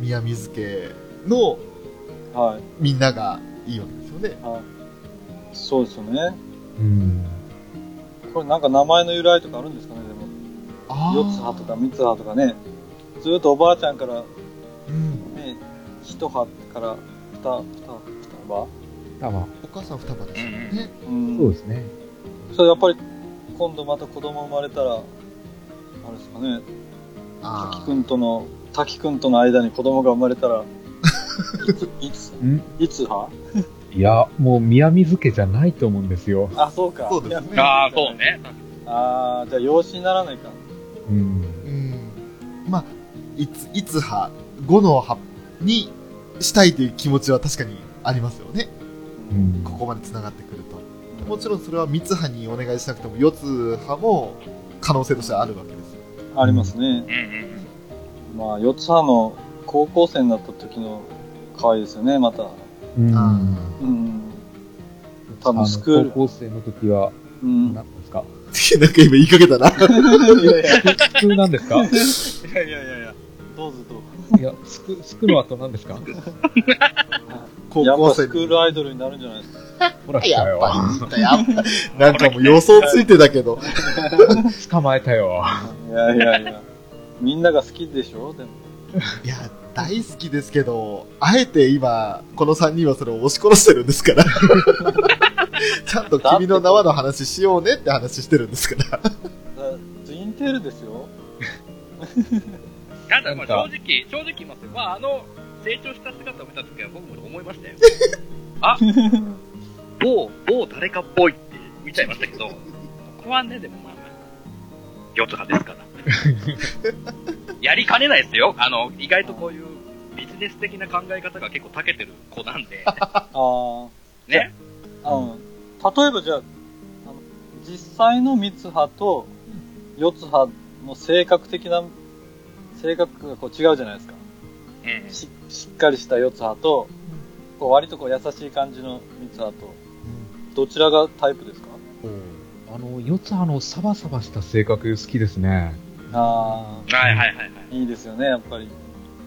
Speaker 2: 宮水家の
Speaker 5: はい。
Speaker 2: みんながいいわけですよね
Speaker 5: そうですよね。
Speaker 4: うん。
Speaker 5: これなんか名前の由来とかあるんですかね、でも。
Speaker 2: あ
Speaker 5: 四葉とか三葉とかね。ずっとおばあちゃんから
Speaker 2: うん
Speaker 5: ね、一葉から二、二、二葉
Speaker 4: たま
Speaker 2: お母さん双葉ですよね
Speaker 5: うん。
Speaker 4: そうですね。
Speaker 5: それやっぱり今度また子供生まれたら、あれですかね、
Speaker 2: あ
Speaker 5: 滝く
Speaker 2: ー
Speaker 5: んとの、滝くんとの間に子供が生まれた ら、いつ、
Speaker 4: ん
Speaker 5: いつ派
Speaker 4: いや、もう宮水家じゃないと思うんですよ。
Speaker 5: あ、そうか。
Speaker 2: そうですね
Speaker 3: ああ、そう。ね。
Speaker 5: ああ、じゃあ養子にならないか。
Speaker 4: うん。
Speaker 2: うんまあ、いつ、いつ派、5の派にしたいという気持ちは確かにありますよね。
Speaker 4: う
Speaker 5: うん
Speaker 4: ん
Speaker 2: ここまで繋がってくると。もちろんそれは三つ派にお願いしなくても、四つ派も可能性としてはあるわけですよ。
Speaker 5: ありますね。
Speaker 3: うんうん。
Speaker 5: まあ、四つ葉の高校生になった時の可愛いですよね、また。
Speaker 4: うん
Speaker 2: あ
Speaker 5: うん。
Speaker 4: あ
Speaker 5: 多
Speaker 4: の
Speaker 5: 分スクール。
Speaker 4: 高校生の時は、
Speaker 5: うん。
Speaker 4: 何ですか
Speaker 2: ーなんか今言いかけたな。
Speaker 5: いやいやい
Speaker 4: 普通なんですか
Speaker 5: やいやいやいや。どうぞどうぞ。
Speaker 4: いや、すく、すくの後何ですか
Speaker 2: 高
Speaker 5: やっ
Speaker 2: 校生
Speaker 5: ぱスクールアイドルになるんじゃないですか。
Speaker 4: ほら、来た
Speaker 2: やっ
Speaker 4: よ。
Speaker 2: ぱり来た、やっぱり。なんかもう予想ついてたけど。
Speaker 4: 捕まえたよ。
Speaker 5: いやいやいや。みんなが好きでしょでも。
Speaker 2: いや、大好きですけど、あえて今、この3人はそれを押し殺してるんですから。ちゃんと君の名はの話しようねって話してるんですから。
Speaker 5: だツインテールですよ。
Speaker 3: なんだ、まあ
Speaker 4: なんか
Speaker 3: 正直、正直言いますよ。まあ、あの、成長した姿を見たときは僕も思いましたよ。あ、某、某誰かっぽいって見ちゃいましたけど、ここはね、でもまあまあ、四つ葉ですから。やりかねないですよ。あの、意外とこういうビジネス的な考え方が結構長けてる子なんで、
Speaker 5: ああ。
Speaker 3: ね。
Speaker 5: あの、例えばじゃあ、あの実際の三葉と四葉の性格的な、性格がこう違うじゃないですか。
Speaker 3: うん
Speaker 5: ししっかりした四葉と、こう割とこう優しい感じの三葉と、どちらがタイプですか
Speaker 4: あの、四つ葉のサバサバした性格好きですね。
Speaker 5: あ
Speaker 3: はいはいはいはい。
Speaker 5: あ、いいですよね、やっぱり。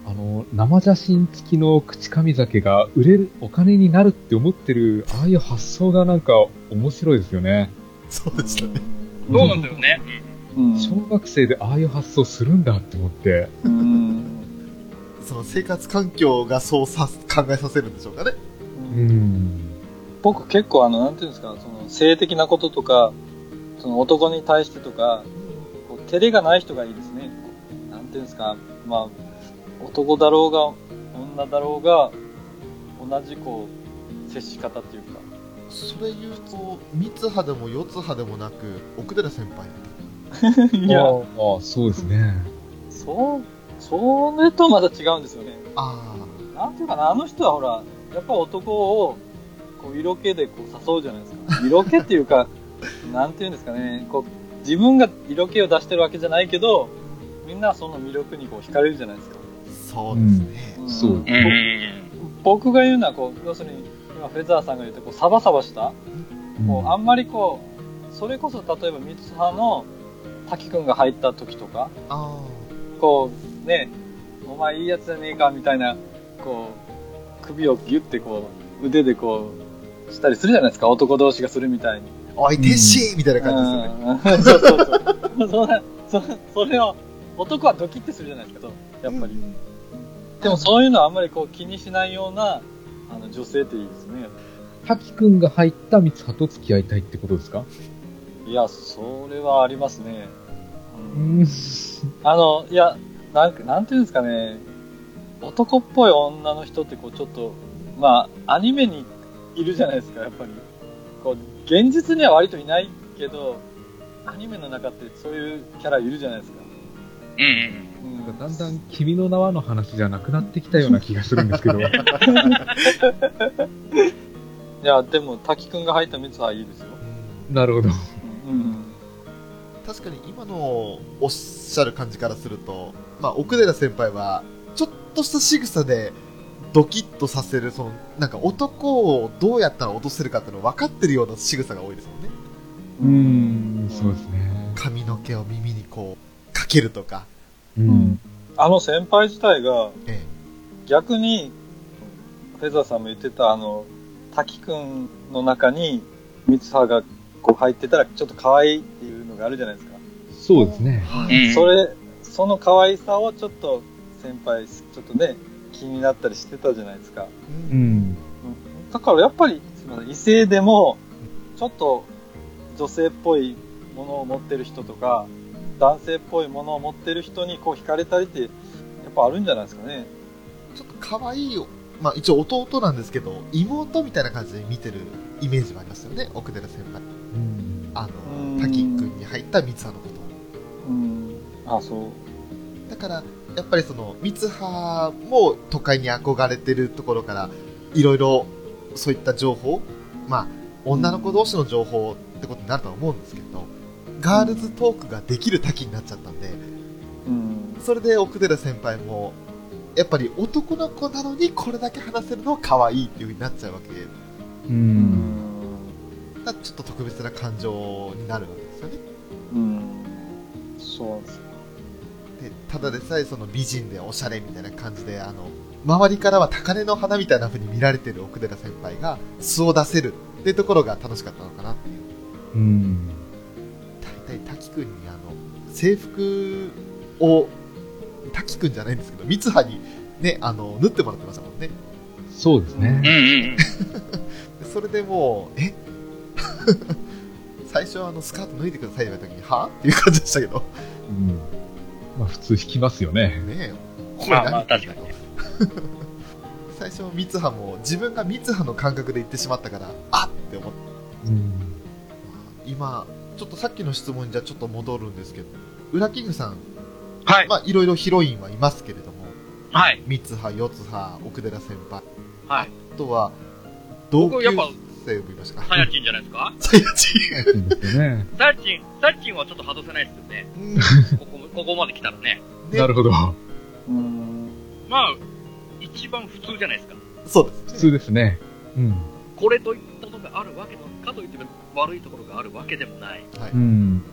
Speaker 4: あの、生写真付きの口上酒が売れる、お金になるって思ってる、ああいう発想がなんか面白いですよね。
Speaker 2: そうでしたね。
Speaker 3: そうなんですよね。
Speaker 5: うん。
Speaker 4: 小学生でああいう発想するんだって思って。
Speaker 5: うん。
Speaker 2: その生活環境がそうさす、考えさせるんでしょうかね。
Speaker 4: うん。
Speaker 5: 僕結構あの、なんていうんですか、その性的なこととか、その男に対してとか、こう照れがない人がいいですね。なんていうんですか、まあ、男だろうが、女だろうが、同じこう、接し方っていうか。
Speaker 2: それ言うと、三葉でも四葉でもなく、奥寺先輩。
Speaker 5: い
Speaker 4: あ
Speaker 5: や、
Speaker 4: あ、そうですね。
Speaker 5: そう、それとまた違うんですよね。
Speaker 2: あ
Speaker 5: なんていうかな、あの人はほら、やっぱ男を、こう、色気でこう誘うじゃないですか。色気っていうか、 なんていうんですかね、こう、自分が色気を出してるわけじゃないけど、みんなはその魅力にこう、惹かれるじゃないですか。
Speaker 2: あ、そうですね。
Speaker 5: ん
Speaker 4: そう
Speaker 5: 僕僕が言うのは、こう、要するに、今、フェザーさんが言った、こう、サバサバした、こう、あんまりこう、それこそ、例えば、三葉の滝くんが入った時とか、
Speaker 2: あ
Speaker 5: こう、ね、お前いいやつじゃねえか、みたいな、こう、首をギュってこう、腕でこう、したりするじゃないですか、男同士がするみたいに。
Speaker 2: あ。おい、天使みたいな感じですよね。
Speaker 5: うんそうそうそう。そんなそそれを、男はドキッてするじゃないですか、やっぱり。
Speaker 2: うん
Speaker 5: でもそういうのはあんまりこう気にしないような、あの、女性っていいですね。
Speaker 4: 滝くんが入った三葉と付き合いたいってことですか
Speaker 5: いや、それはありますね。うん
Speaker 4: ん。
Speaker 5: あの、いや、なんか、なんていうんですかね、男っぽい女の人ってこう、ちょっと、まあ、アニメにいるじゃないですか、やっぱり。こう、現実には割といないけど、アニメの中ってそういうキャラいるじゃないですか。
Speaker 3: うんうん。
Speaker 5: うん
Speaker 4: だんだん君の名はの話じゃなくなってきたような気がするんですけど。
Speaker 5: いや、でも、滝くんが入った蜜はいいですよ。
Speaker 4: なるほど。
Speaker 5: うん。
Speaker 2: 確かに今のおっしゃる感じからすると、まあ、奥寺先輩は、ちょっとした仕草で、ドキッとさせる、その、なんか男をどうやったら落とせるかっていうのを分かってるような仕草が多いですもんね。
Speaker 4: うん、そうですね。
Speaker 2: 髪の毛を耳にこう、かけるとか。
Speaker 4: う
Speaker 5: うん。あの先輩自体が、
Speaker 2: え
Speaker 5: 逆に、フェザーさんも言ってた、あの、滝くんの中に、ミツハがこう入ってたら、ちょっと可愛いっていうのがあるじゃないですか。
Speaker 4: そうですね。
Speaker 3: うん
Speaker 5: それ、その可愛さをちょっと、先輩、ちょっとね、気になったりしてたじゃないですか。
Speaker 2: え
Speaker 4: うん。
Speaker 5: うんだからやっぱり、すいません異性でも、ちょっと女性っぽいものを持ってる人とか、男性っぽいものを持ってる人にこう惹かれたりって、やっぱあるんじゃないですかね。
Speaker 2: ちょっと可愛いよ。まあ、一応弟なんですけど、妹みたいな感じで見てるイメージはありますよね、奥寺先輩。
Speaker 4: うん
Speaker 2: あ
Speaker 5: うん
Speaker 2: の、滝くんに入った三葉のことを。
Speaker 5: うん。あ、そう。
Speaker 2: だから、やっぱりその、三葉も都会に憧れてるところから、いろいろそういった情報、まあ、女の子同士の情報ってことになるとは思うんですけど、ガールズトークができる滝になっちゃったんで、
Speaker 5: うん。
Speaker 2: それで奥寺先輩も、やっぱり男の子なのにこれだけ話せるのは可愛いっていう風になっちゃうわけで、
Speaker 4: う。
Speaker 5: うんん。
Speaker 2: だからちょっと特別な感情になるわけですよね。
Speaker 5: うん。そうなんですよ。
Speaker 2: ででただでさえその美人でおしゃれみたいな感じであの周りからは高嶺の花みたいな風に見られてる奥寺先輩が素を出せるっていうところが楽しかったのかなっていう
Speaker 4: うん。
Speaker 2: 大体滝くんにあの制服を滝くんじゃないんですけど三葉にねあの縫ってもらってましたもんね
Speaker 4: そうです
Speaker 3: うん
Speaker 4: ね。
Speaker 3: うん
Speaker 2: でそれでもうえ 最初はあのスカート脱いでくださいって言われた時にはっていう感じでしたけど
Speaker 4: うん。まあ普通引きますよね。
Speaker 2: ねえ
Speaker 3: うん。まあまあ、確か
Speaker 2: と
Speaker 3: にね。
Speaker 2: 最初三葉も自分が三葉の感覚で言ってしまったからあっって思って
Speaker 4: うん。
Speaker 2: 今ちょっとさっきの質問にじゃあちょっと戻るんですけど裏キングさん
Speaker 3: はい。
Speaker 2: まあいろいろヒロインはいますけれども
Speaker 3: はい。
Speaker 2: 三葉四葉奥寺先輩
Speaker 3: はい。
Speaker 2: あとは、同級
Speaker 3: 僕やっぱ
Speaker 2: 生もいましたか。
Speaker 3: サヤチンじゃないですか
Speaker 2: サヤチ
Speaker 4: いいですよね。
Speaker 3: サヤチン、サヤチンはちょっと外せないですよね。
Speaker 2: ン。
Speaker 3: ここ、ここまで来たらね。
Speaker 2: ね
Speaker 4: なるほど。
Speaker 5: うん。
Speaker 3: まあ、一番普通じゃないですか。
Speaker 2: そうです。
Speaker 4: 普通ですね。うん。
Speaker 3: これといったものがあるわけのかといって悪いところがあるわけでもない。
Speaker 4: うん。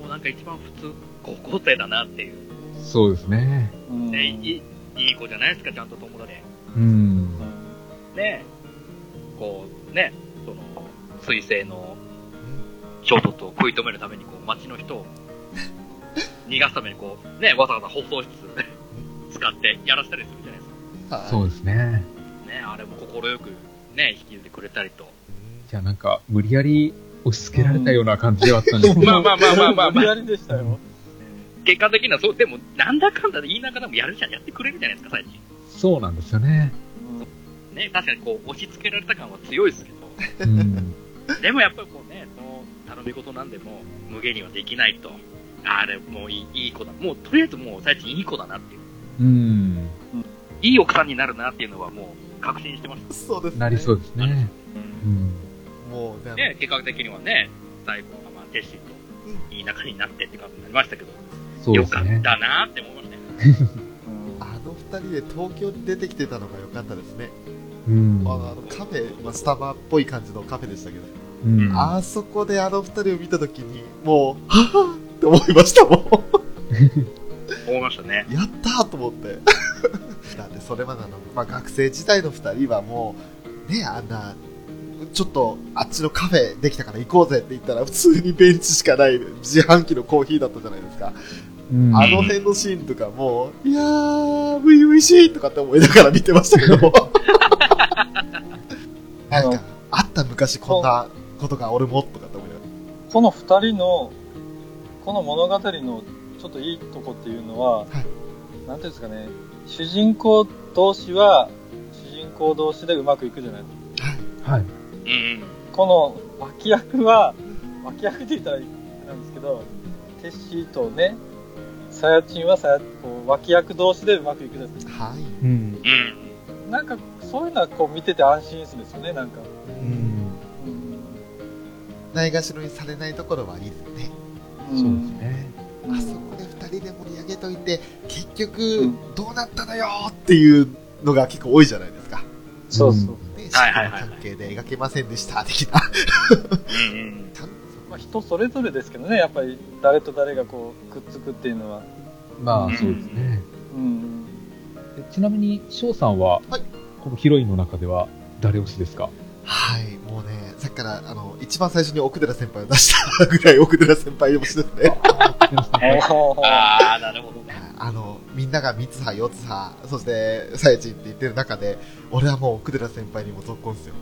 Speaker 3: もうなんか一番普通、高校生だなっていう。
Speaker 4: そうですね。
Speaker 5: うん
Speaker 3: ね、いい、いい子じゃないですか、ちゃんと友達で。
Speaker 4: うん。
Speaker 3: ねこう、ね、その、彗星の衝突を食い止めるために、こう、街の人を逃がすために、こう、ね、わざわざ放送室 使ってやらせたりするじゃないです
Speaker 2: はい
Speaker 4: そうですね。
Speaker 3: か。ね、あれも快く、ね、引き受けてくれたりと。
Speaker 4: じゃあなんか、無理やり押し付けられたような感じではあったんです けど。
Speaker 3: まあまあまあまあまあまあ
Speaker 5: 無理やりでしたよ。
Speaker 3: 結果的にはそう、でも、なんだかんだで言いながらもやるじゃん、やってくれるじゃないですか、最近。
Speaker 4: そうなんですよね。
Speaker 3: ね、確かにこう、押し付けられた感は強いですけ ど、
Speaker 4: うん。
Speaker 3: でもやっぱりこうね、その頼み事なんでも、無限にはできないと。あれ、もういいいい子だ。もう、とりあえずもう、最近いい子だなっていう。
Speaker 4: うん。
Speaker 3: いい奥さんになるなっていうのはもう、確信してまし
Speaker 2: そうですね。
Speaker 4: なりそうですね。うん。
Speaker 2: す。もうね、
Speaker 3: た。ね、結果的にはね、最後はまあ、決心と、いい仲になってって感じになりましたけど、
Speaker 4: そう
Speaker 3: よ
Speaker 4: です
Speaker 3: かっ
Speaker 4: ね。
Speaker 3: たなって思いましたよ。
Speaker 5: うん
Speaker 2: あの二人で東京に出てきてたのが良かったですね。
Speaker 4: うん
Speaker 2: あ。のあのカフェ、まあ、スタバっぽい感じのカフェでしたけど、
Speaker 4: うん
Speaker 2: あそこであの二人を見たときに、もう、はぁーって思いましたもん。
Speaker 3: 思いましたね。
Speaker 2: やったーと思って。だってそれまであの、まあ、学生時代の二人はもう、ね、あんな、ちょっとあっちのカフェできたから行こうぜって言ったら普通にベンチしかない自販機のコーヒーだったじゃないですか。
Speaker 4: うん
Speaker 2: あの辺のシーンとかもう、いやー、初々しいとかって思いながら見てましたけど。なんか、あった昔こんなことが俺もとかって思いながら。
Speaker 5: この二人の、この物語のちょっといいとこっていうのは、なんていうんですかね、主人公同士は、主人公同士でうまくいくじゃないですか。
Speaker 4: はい。
Speaker 3: うんうん。
Speaker 5: この脇役は、脇役って言ったらなんですけど、テッシーとね、さやちんはさや、こう脇役同士でうまくいくじゃないですか。
Speaker 2: はい。
Speaker 4: うん。
Speaker 3: うん。
Speaker 5: なんか、そういうのはこう見てて安心するんですよね、なんか。
Speaker 4: うん。
Speaker 5: うん。
Speaker 2: ないがしろにされないところはいいですね。
Speaker 4: そうですね。
Speaker 5: うん
Speaker 2: あそこで2人で盛り上げといて、結
Speaker 5: う
Speaker 2: 局
Speaker 5: ん、
Speaker 2: どうなったのよっていうのが結構多いじゃないですか。ね、
Speaker 5: そうそう。
Speaker 3: はいはいはい
Speaker 2: 仕事の関係で描けませんでした、的な。
Speaker 3: うんうん。
Speaker 5: まあ、人それぞれですけどね、やっぱり誰と誰がこうくっつくっていうのは。
Speaker 4: ま
Speaker 3: うん
Speaker 4: あ、そうですね。
Speaker 5: うん。
Speaker 4: えちなみに、翔さんは、
Speaker 2: はい
Speaker 4: このヒロインの中では、誰推しですか
Speaker 2: はい、もうね、さっきから、あの、一番最初に奥寺先輩を出した ぐらい奥寺先輩をしてですね。
Speaker 3: ああ、なるほどね。
Speaker 2: あの、みんなが三葉、四葉、そして、さやちんって言ってる中で、俺はもう奥寺先輩にも続婚ですよ。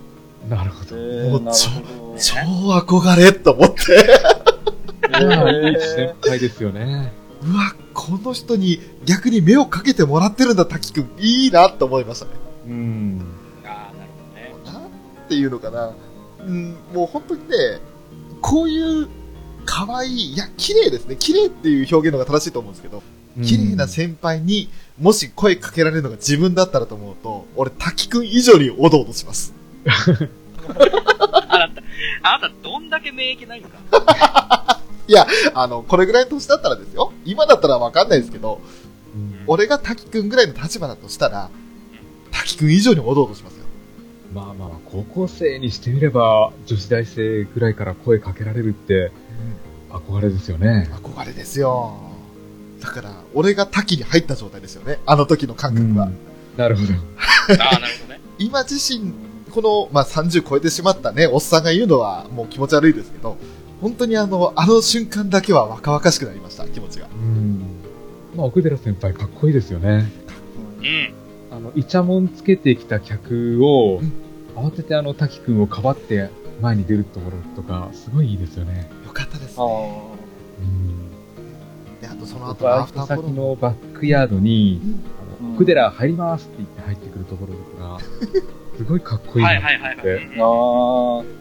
Speaker 4: なるほ ど。
Speaker 5: えー、なるほど。
Speaker 2: 超憧れと思 って。
Speaker 4: いい
Speaker 5: え
Speaker 4: 先輩ですよね。
Speaker 2: うわ、この人に逆に目をかけてもらってるんだ、滝くん。いいなと思いましたね。
Speaker 4: うん。
Speaker 3: ああ、なるほどね。
Speaker 2: なんていうのかな。うん、もう本当にね、こういう、可愛い、いや、綺麗ですね。綺麗っていう表現の方が正しいと思うんですけど、綺麗な先輩にもし声かけられるのが自分だったらと思うと、俺、滝くん以上におどおどします。
Speaker 3: あなた、あなたどんだけ免疫ないんですか
Speaker 2: あの、これぐらいの年だったらですよ。今だったらわかんないですけど、
Speaker 4: うん。
Speaker 2: 俺が滝くんぐらいの立場だとしたら、滝くん以上におどおどしますよ。
Speaker 4: まあまあ、高校生にしてみれば、女子大生ぐらいから声かけられるって、憧れですよね。
Speaker 2: 憧れですよ。だから、俺が多岐に入った状態ですよね。あの時の感覚は。
Speaker 4: なるほど。
Speaker 3: ああ、なるほどね。
Speaker 2: 今自身、この、まあ、30超えてしまったね、おっさんが言うのは、もう気持ち悪いですけど、本当にあの、あの瞬間だけは若々しくなりました、気持ちが。
Speaker 4: うん。まあ、奥寺先輩かっこいいですよね。
Speaker 3: うん。
Speaker 4: あの、イチャモンつけてきた客を
Speaker 2: うん、
Speaker 4: 慌ててあの、滝くんをかばって前に出るところとか、すごいいいですよね。
Speaker 2: よかったです
Speaker 5: あ
Speaker 2: ね。
Speaker 5: あ。
Speaker 4: うん。
Speaker 2: で、あとその後の
Speaker 4: バ
Speaker 2: ア
Speaker 4: イ
Speaker 2: フター
Speaker 4: ト
Speaker 2: フォロ
Speaker 4: 先
Speaker 2: ー
Speaker 4: のバックヤードに、あ
Speaker 5: うん
Speaker 4: の奥寺入りますって言って入ってくるところとか、すごいかっこいい
Speaker 3: は
Speaker 4: ないと
Speaker 3: はいはいは
Speaker 4: 思っ
Speaker 3: い
Speaker 4: て。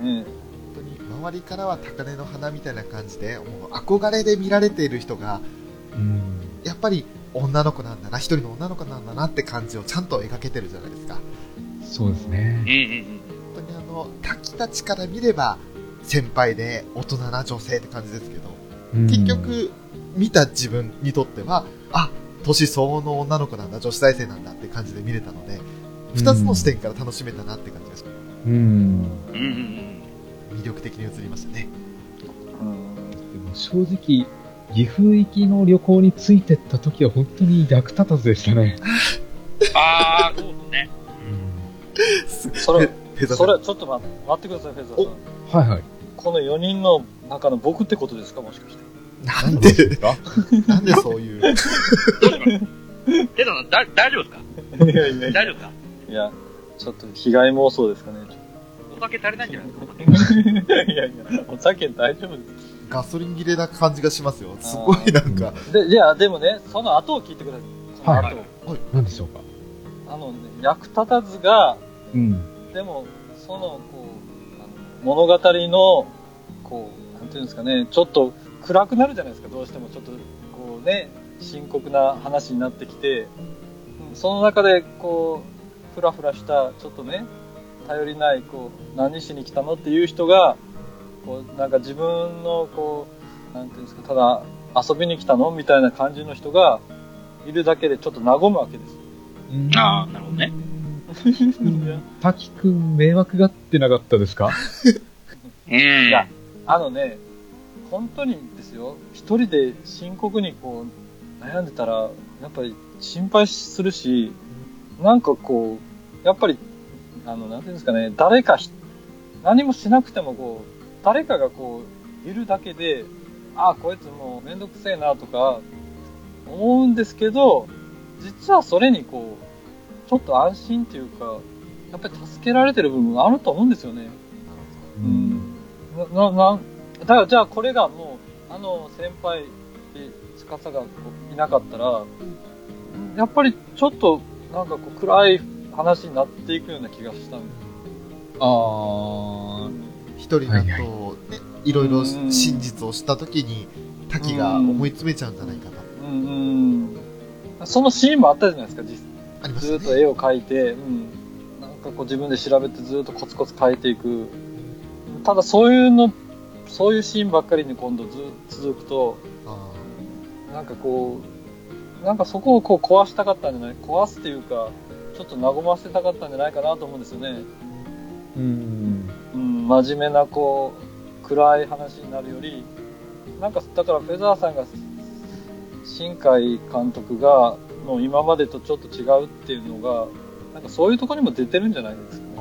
Speaker 5: ああ。ね
Speaker 2: 本当に周りからは高嶺の花みたいな感じでもう憧れで見られている人が
Speaker 4: うん。
Speaker 2: やっぱり女の子なんだな一人の女の子なんだなって感じをちゃんと描けてるじゃないですか
Speaker 4: そうです
Speaker 3: うんう
Speaker 4: ね。
Speaker 3: んうん。
Speaker 2: 本当にあの滝たちから見れば先輩で大人な女性って感じですけど
Speaker 4: うん
Speaker 2: 結、局見た自分にとってはあ年相応の女の子なんだ女子大生なんだって感じで見れたので2つの視点から楽しめたなって感じがしま
Speaker 4: うん。
Speaker 3: うんうんうん。
Speaker 2: す魅力的に映りましたね
Speaker 5: うん。
Speaker 4: でも正直、岐阜行きの旅行についてった時は本当に役立たずでしたね。
Speaker 3: ああ、そうですね。
Speaker 5: それ、
Speaker 2: フェザーさ
Speaker 5: そ
Speaker 2: ん
Speaker 5: れ、ちょっと待って待ってください、フェザーさん。
Speaker 4: はいはい。
Speaker 5: この4人の中の僕ってことですか、もしかして。
Speaker 2: なんで
Speaker 4: か
Speaker 2: なんでそういう
Speaker 3: どうしましたテトさん、だ大丈夫ですか
Speaker 5: いやいや
Speaker 3: 大丈夫
Speaker 5: いや。
Speaker 3: ですか
Speaker 5: いや、ちょっと被害妄想ですかね。
Speaker 3: お酒足りないんじゃないですか
Speaker 5: いやいやいや、お酒大丈夫で
Speaker 2: ガソリン切れな感じがしますよ。すごいなんか、
Speaker 5: す。で、じゃあ、でもね、その後を聞いてください。その後、
Speaker 3: はい
Speaker 4: 何でしょうか。
Speaker 5: あの、ね、役立たずが、
Speaker 4: うん。
Speaker 5: でも、その、こう、あの物語の、こう、なんていうんですかね、ちょっと暗くなるじゃないですか、どうしても。ちょっと、こうね、深刻な話になってきて、うんその中で、こう、ふらふらした、ちょっとね、頼りない、こう、何しに来たのっていう人が、こう、なんか自分の、こう、なんていうんですか、ただ遊びに来たのみたいな感じの人が、いるだけでちょっと和むわけですよ。
Speaker 3: ああ、なるほどね。
Speaker 4: 滝くん迷惑がってなかったですか
Speaker 3: うん。
Speaker 5: いやあのね、本当にですよ、一人で深刻にこう悩んでたら、やっぱり心配するし、なんかこう、やっぱり、あの、なんていうんですかね、誰かひ、何もしなくてもこう、誰かがこう、いるだけで、ああ、こいつもうめんどくせえなとか、思うんですけど、実はそれにこう、ちょっと安心っていうか、やっぱり助けられてる部分があると思うんですよね。うんな、な、な、だからじゃあこれがもう、あの先輩、司がこういなかったら、やっぱりちょっと、なんかこう暗い話になっていくような気がしたんです。
Speaker 4: あ
Speaker 2: 一人だと、
Speaker 4: はい
Speaker 2: ね、
Speaker 4: はい
Speaker 2: ろいろ
Speaker 5: うん
Speaker 2: 真実を知った時に、滝が思い詰めちゃうんじゃないかと。
Speaker 5: うんうん。そのシーンもあったじゃないですか、実
Speaker 2: ありま
Speaker 5: ず
Speaker 2: し
Speaker 5: ったと
Speaker 2: ね。
Speaker 5: 絵を描いて、うん、なんかこう自分で調べてずっとコツコツ描いていく。ただそういうの、そういうシーンばっかりに今度ずっと続くと、
Speaker 2: あ
Speaker 5: なんかこう、なんかそこをこう壊したかったんじゃない壊すっていうか、ちょっと和ませたかったんじゃないかなと思うんですよね。
Speaker 4: ーうん。
Speaker 5: うん、真面目なこう、暗い話になるより、なんかだからフェザーさんが、新海監督が、の今までとちょっと違うっていうのが、なんかそういうところにも出てるんじゃないですかね。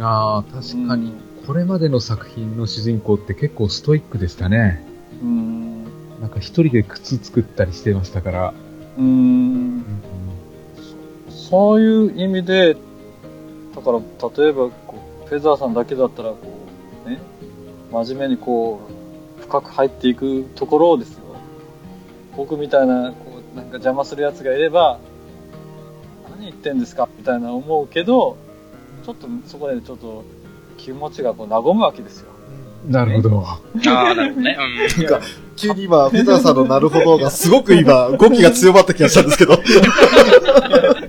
Speaker 4: ああ、確かに、
Speaker 5: うん
Speaker 4: これまでの作品の主人公って結構ストイックでしたね。
Speaker 5: うん。
Speaker 4: なんか一人で靴作ったりしてましたから。
Speaker 5: うんそういう意味で、だから、例えばこう、フェザーさんだけだったら、こう、ね、真面目にこう、深く入っていくところをですよ。僕みたいな、こう、なんか邪魔する奴がいれば、何言ってんですかみたいな思うけど、ちょっとそこでちょっと気持ちがこう和むわけですよ。
Speaker 4: なるほど。
Speaker 3: ああ、なるほどね。うん。
Speaker 2: なんか、急に今、フェザーさんのなるほどがすごく今、語気が強まった気がしたんですけど。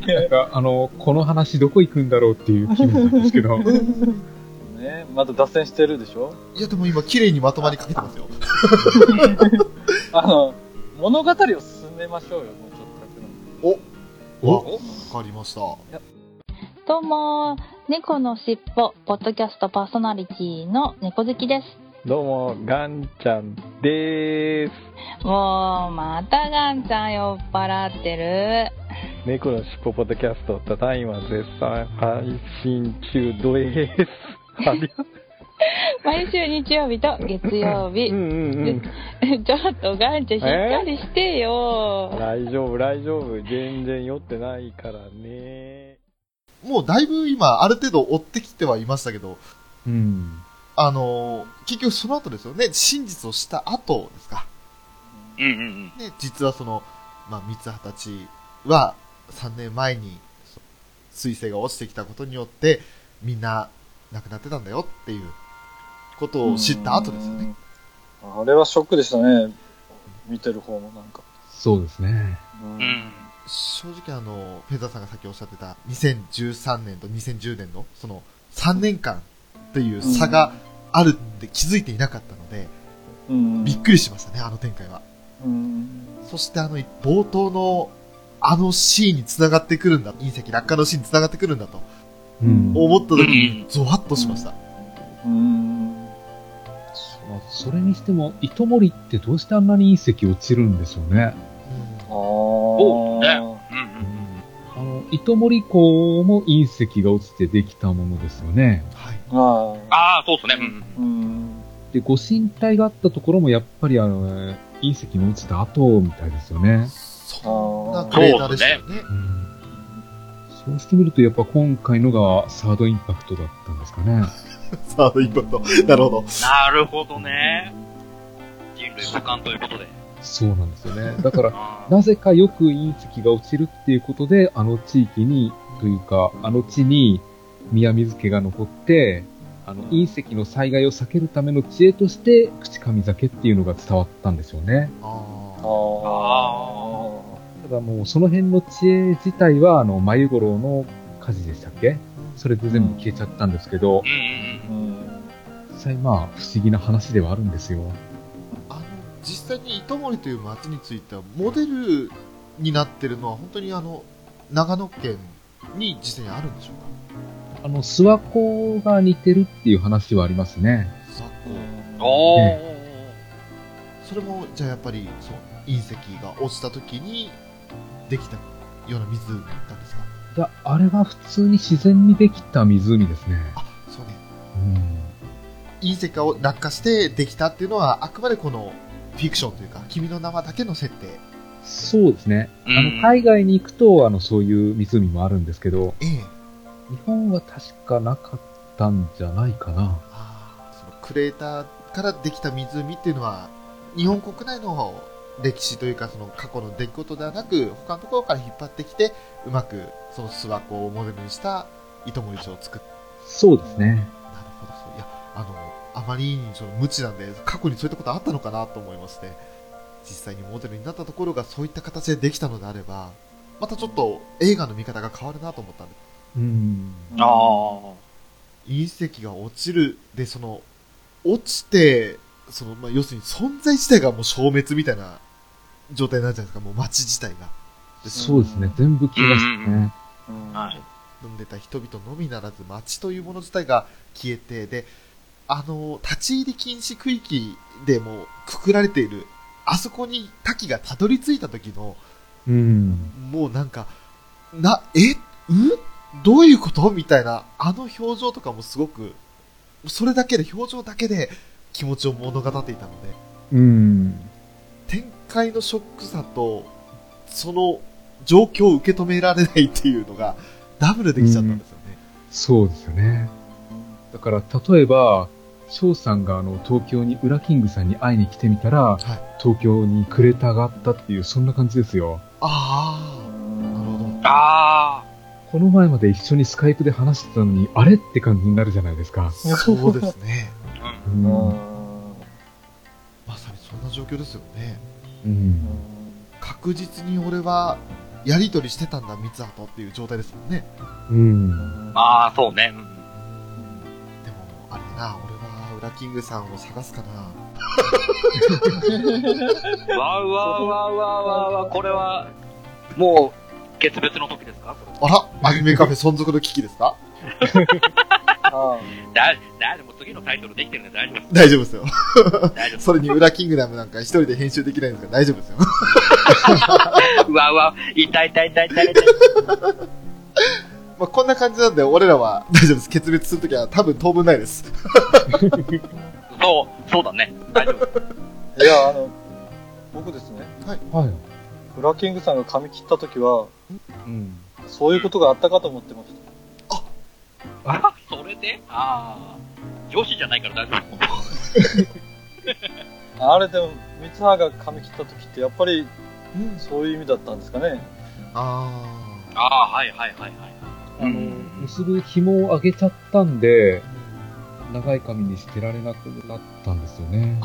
Speaker 4: なんか、あの、この話どこ行くんだろうっていう気分なんですけ ど。
Speaker 5: ね、また脱線してるでしょ
Speaker 2: いや、でも今、綺麗にまとまりかけてますよ。
Speaker 5: あの、物語を進めましょうよ、もうちょっとだけの。
Speaker 2: おわかりました。
Speaker 9: どうも、猫のしっぽ、ポッドキャストパーソナリティの猫好きです。
Speaker 10: どうも、ガンちゃんでー
Speaker 11: もう、またガンちゃん酔っ払ってる。
Speaker 10: す。猫のしっぽポッドキャスト、ただいま絶賛配信中です。ありが
Speaker 11: 毎週日曜日と月曜日。 ちょっとガンちゃんしっかりしてよ。
Speaker 10: 大丈夫、大丈夫。全然酔ってないからね。
Speaker 2: もうだいぶ今、ある程度追ってきてはいましたけど、
Speaker 4: うん。
Speaker 2: あのー結局その後ですよね、真実をした後ですか。
Speaker 3: うんうんうん。
Speaker 2: ね、実はその、まあ、三葉たちは3年前に、そ彗星が落ちてきたことによって、みんな亡くなってたんだよっていうことを知った後ですよね。
Speaker 5: あれはショックでしたね。見てる方もなんか。
Speaker 4: そうですね。
Speaker 5: うん
Speaker 3: うん。
Speaker 2: 正直あの、フェザーさんがさっきおっしゃってた2013年と2010年のその3年間っていう差があるって気づいていなかったので、
Speaker 5: うん
Speaker 2: びっくりしましたね、あの展開は。
Speaker 5: うん。
Speaker 2: そしてあの、冒頭のあのシーンに繋がってくるんだ、隕石落下のシーンに繋がってくるんだと
Speaker 4: うん。
Speaker 2: 思った時に
Speaker 3: うん
Speaker 2: ゾワッとしました。
Speaker 5: うん。
Speaker 4: まあそれにしても、糸森ってどうしてあんなに隕石落ちるんでしょうね。
Speaker 5: ああ。
Speaker 3: うだうんうん。
Speaker 4: あの、糸森港も隕石が落ちてできたものですよね。
Speaker 2: はい。
Speaker 5: ああ。
Speaker 3: ああ、そうっすね。うんうん。
Speaker 5: うん。
Speaker 4: で、ご神体があったところもやっぱりあの、ね、隕石の落ちた後みたいですよね。
Speaker 2: そんなクレーターでしたよね。
Speaker 4: うん。そうしてみるとやっぱ今回のがサードインパクトだったんですかね。
Speaker 2: サードインパクト。なるほど。
Speaker 3: なるほどね。人類補完ということで。
Speaker 4: そうなんですよね。だから、
Speaker 3: あー
Speaker 4: なぜかよく隕石が落ちるっていうことで、あの地域に、というか、あの地に宮水家が残って、あの隕石の災害を避けるための知恵として、口上酒っていうのが伝わったんですよね。
Speaker 2: あー
Speaker 5: ああ。
Speaker 4: ただもうその辺の知恵自体は、あの、眉五郎の火事でしたっけそれで全部消えちゃったんですけど
Speaker 3: う、んうん
Speaker 5: うん。
Speaker 4: 実際まあ、不思議な話ではあるんですよ。
Speaker 2: あの、実際に糸森という町については、モデルになってるのは本当にあの、長野県に実際にあるんでしょうか
Speaker 4: あの、諏訪湖が似てるっていう話はありますね。
Speaker 2: 昨
Speaker 3: うん。おー。
Speaker 2: 今。それも、じゃあやっぱり、そう、隕石が落ちた時にできたような水なんですか
Speaker 4: いや、あれは普通に自然にできた湖ですね。
Speaker 2: あ、そうね。
Speaker 4: うん
Speaker 2: 隕石が落下してできたっていうのは、あくまでこの、フィクションというか、君の名はだけの設定。
Speaker 4: そうですね。
Speaker 3: うん
Speaker 4: あの海外に行くとあのそういう湖もあるんですけど、
Speaker 2: ええ。
Speaker 4: 日本は確かなかったんじゃないかな。
Speaker 2: あーそのクレーターからできた湖っていうのは日本国内の歴史というかその過去の出来事ではなく他のところから引っ張ってきてうまくその諏訪湖をモデルにした糸守城を作った
Speaker 4: そうですね。
Speaker 2: なるほどそういやあのあまりにその無知なんで過去にそういったことあったのかなと思いまして実際にモデルになったところがそういった形でできたのであればまたちょっと映画の見方が変わるなと思ったんで
Speaker 4: うん。
Speaker 3: あ
Speaker 2: 隕石が落ちるでその落ちてその、まあ、要するに存在自体がもう消滅みたいな状態になっちゃうんですかもう街自体が
Speaker 4: そうですね。全部消えましたね。
Speaker 3: あ。はい。
Speaker 2: 飲んでた人々のみならず街というもの自体が消えてであの立ち入り禁止区域でもうくくられているあそこに滝がたどり着いた時の
Speaker 4: うん。
Speaker 2: もうなんかなえうんどういうことみたいなあの表情とかもすごくそれだけで表情だけで気持ちを物語っていたので
Speaker 4: うん。
Speaker 2: 展開のショックさと、その状況を受け止められないっていうのが、ダブルできちゃったんですよね。
Speaker 4: そうですよね。だから例えば、翔さんがあの東京にウラキングさんに会いに来てみたら、東京にクレーターがあったっていう、そんな感じですよ。
Speaker 2: ああ、なるほど。
Speaker 3: あ
Speaker 4: この前まで一緒にスカイプで話してたのに、あれって感じになるじゃないですか。
Speaker 2: そうですね。
Speaker 4: うん。
Speaker 2: まさにそんな状況ですよね。
Speaker 4: うん
Speaker 2: 確実に俺は、やりとりしてたんだ、三葉とっていう状態ですもんね。
Speaker 4: うん。
Speaker 3: あ。まあ、そうね。うん
Speaker 2: でも、あれだな、俺は、ウラキングさんを探すかな。
Speaker 3: わうわうわうわうわうわ、これは、もう、決別の時ですかこれ
Speaker 2: あら、アニメカフェ存続の危機ですか
Speaker 3: だ、
Speaker 5: あ
Speaker 3: だ、でも次のタイトルできてるんで大丈夫です。
Speaker 2: 大丈夫ですよ。
Speaker 3: 大丈夫
Speaker 2: それに裏キングダムなんか一人で編集できないんですから大丈夫ですよ。
Speaker 3: うわうわ、痛い痛い痛い痛い痛い。
Speaker 2: まあこんな感じなんで、俺らは 大丈夫です。決別するときは多分当分ないです。
Speaker 3: そう、そうだね。大丈夫。
Speaker 5: いや、あの、僕ですね。
Speaker 4: はい。
Speaker 5: ブラキングさんが髪切った時は、
Speaker 4: うん。
Speaker 5: そういうことがあったかと思ってました。
Speaker 3: あ、それでああ。女子じゃないから大丈夫。
Speaker 5: あれでも、三葉が髪切った時って、やっぱり、そういう意味だったんですかね。
Speaker 2: あ
Speaker 3: ああ、はいはいはいはい。
Speaker 4: あの、結ぶ紐を上げちゃったんで、長い髪にしてられなくなったんですよね。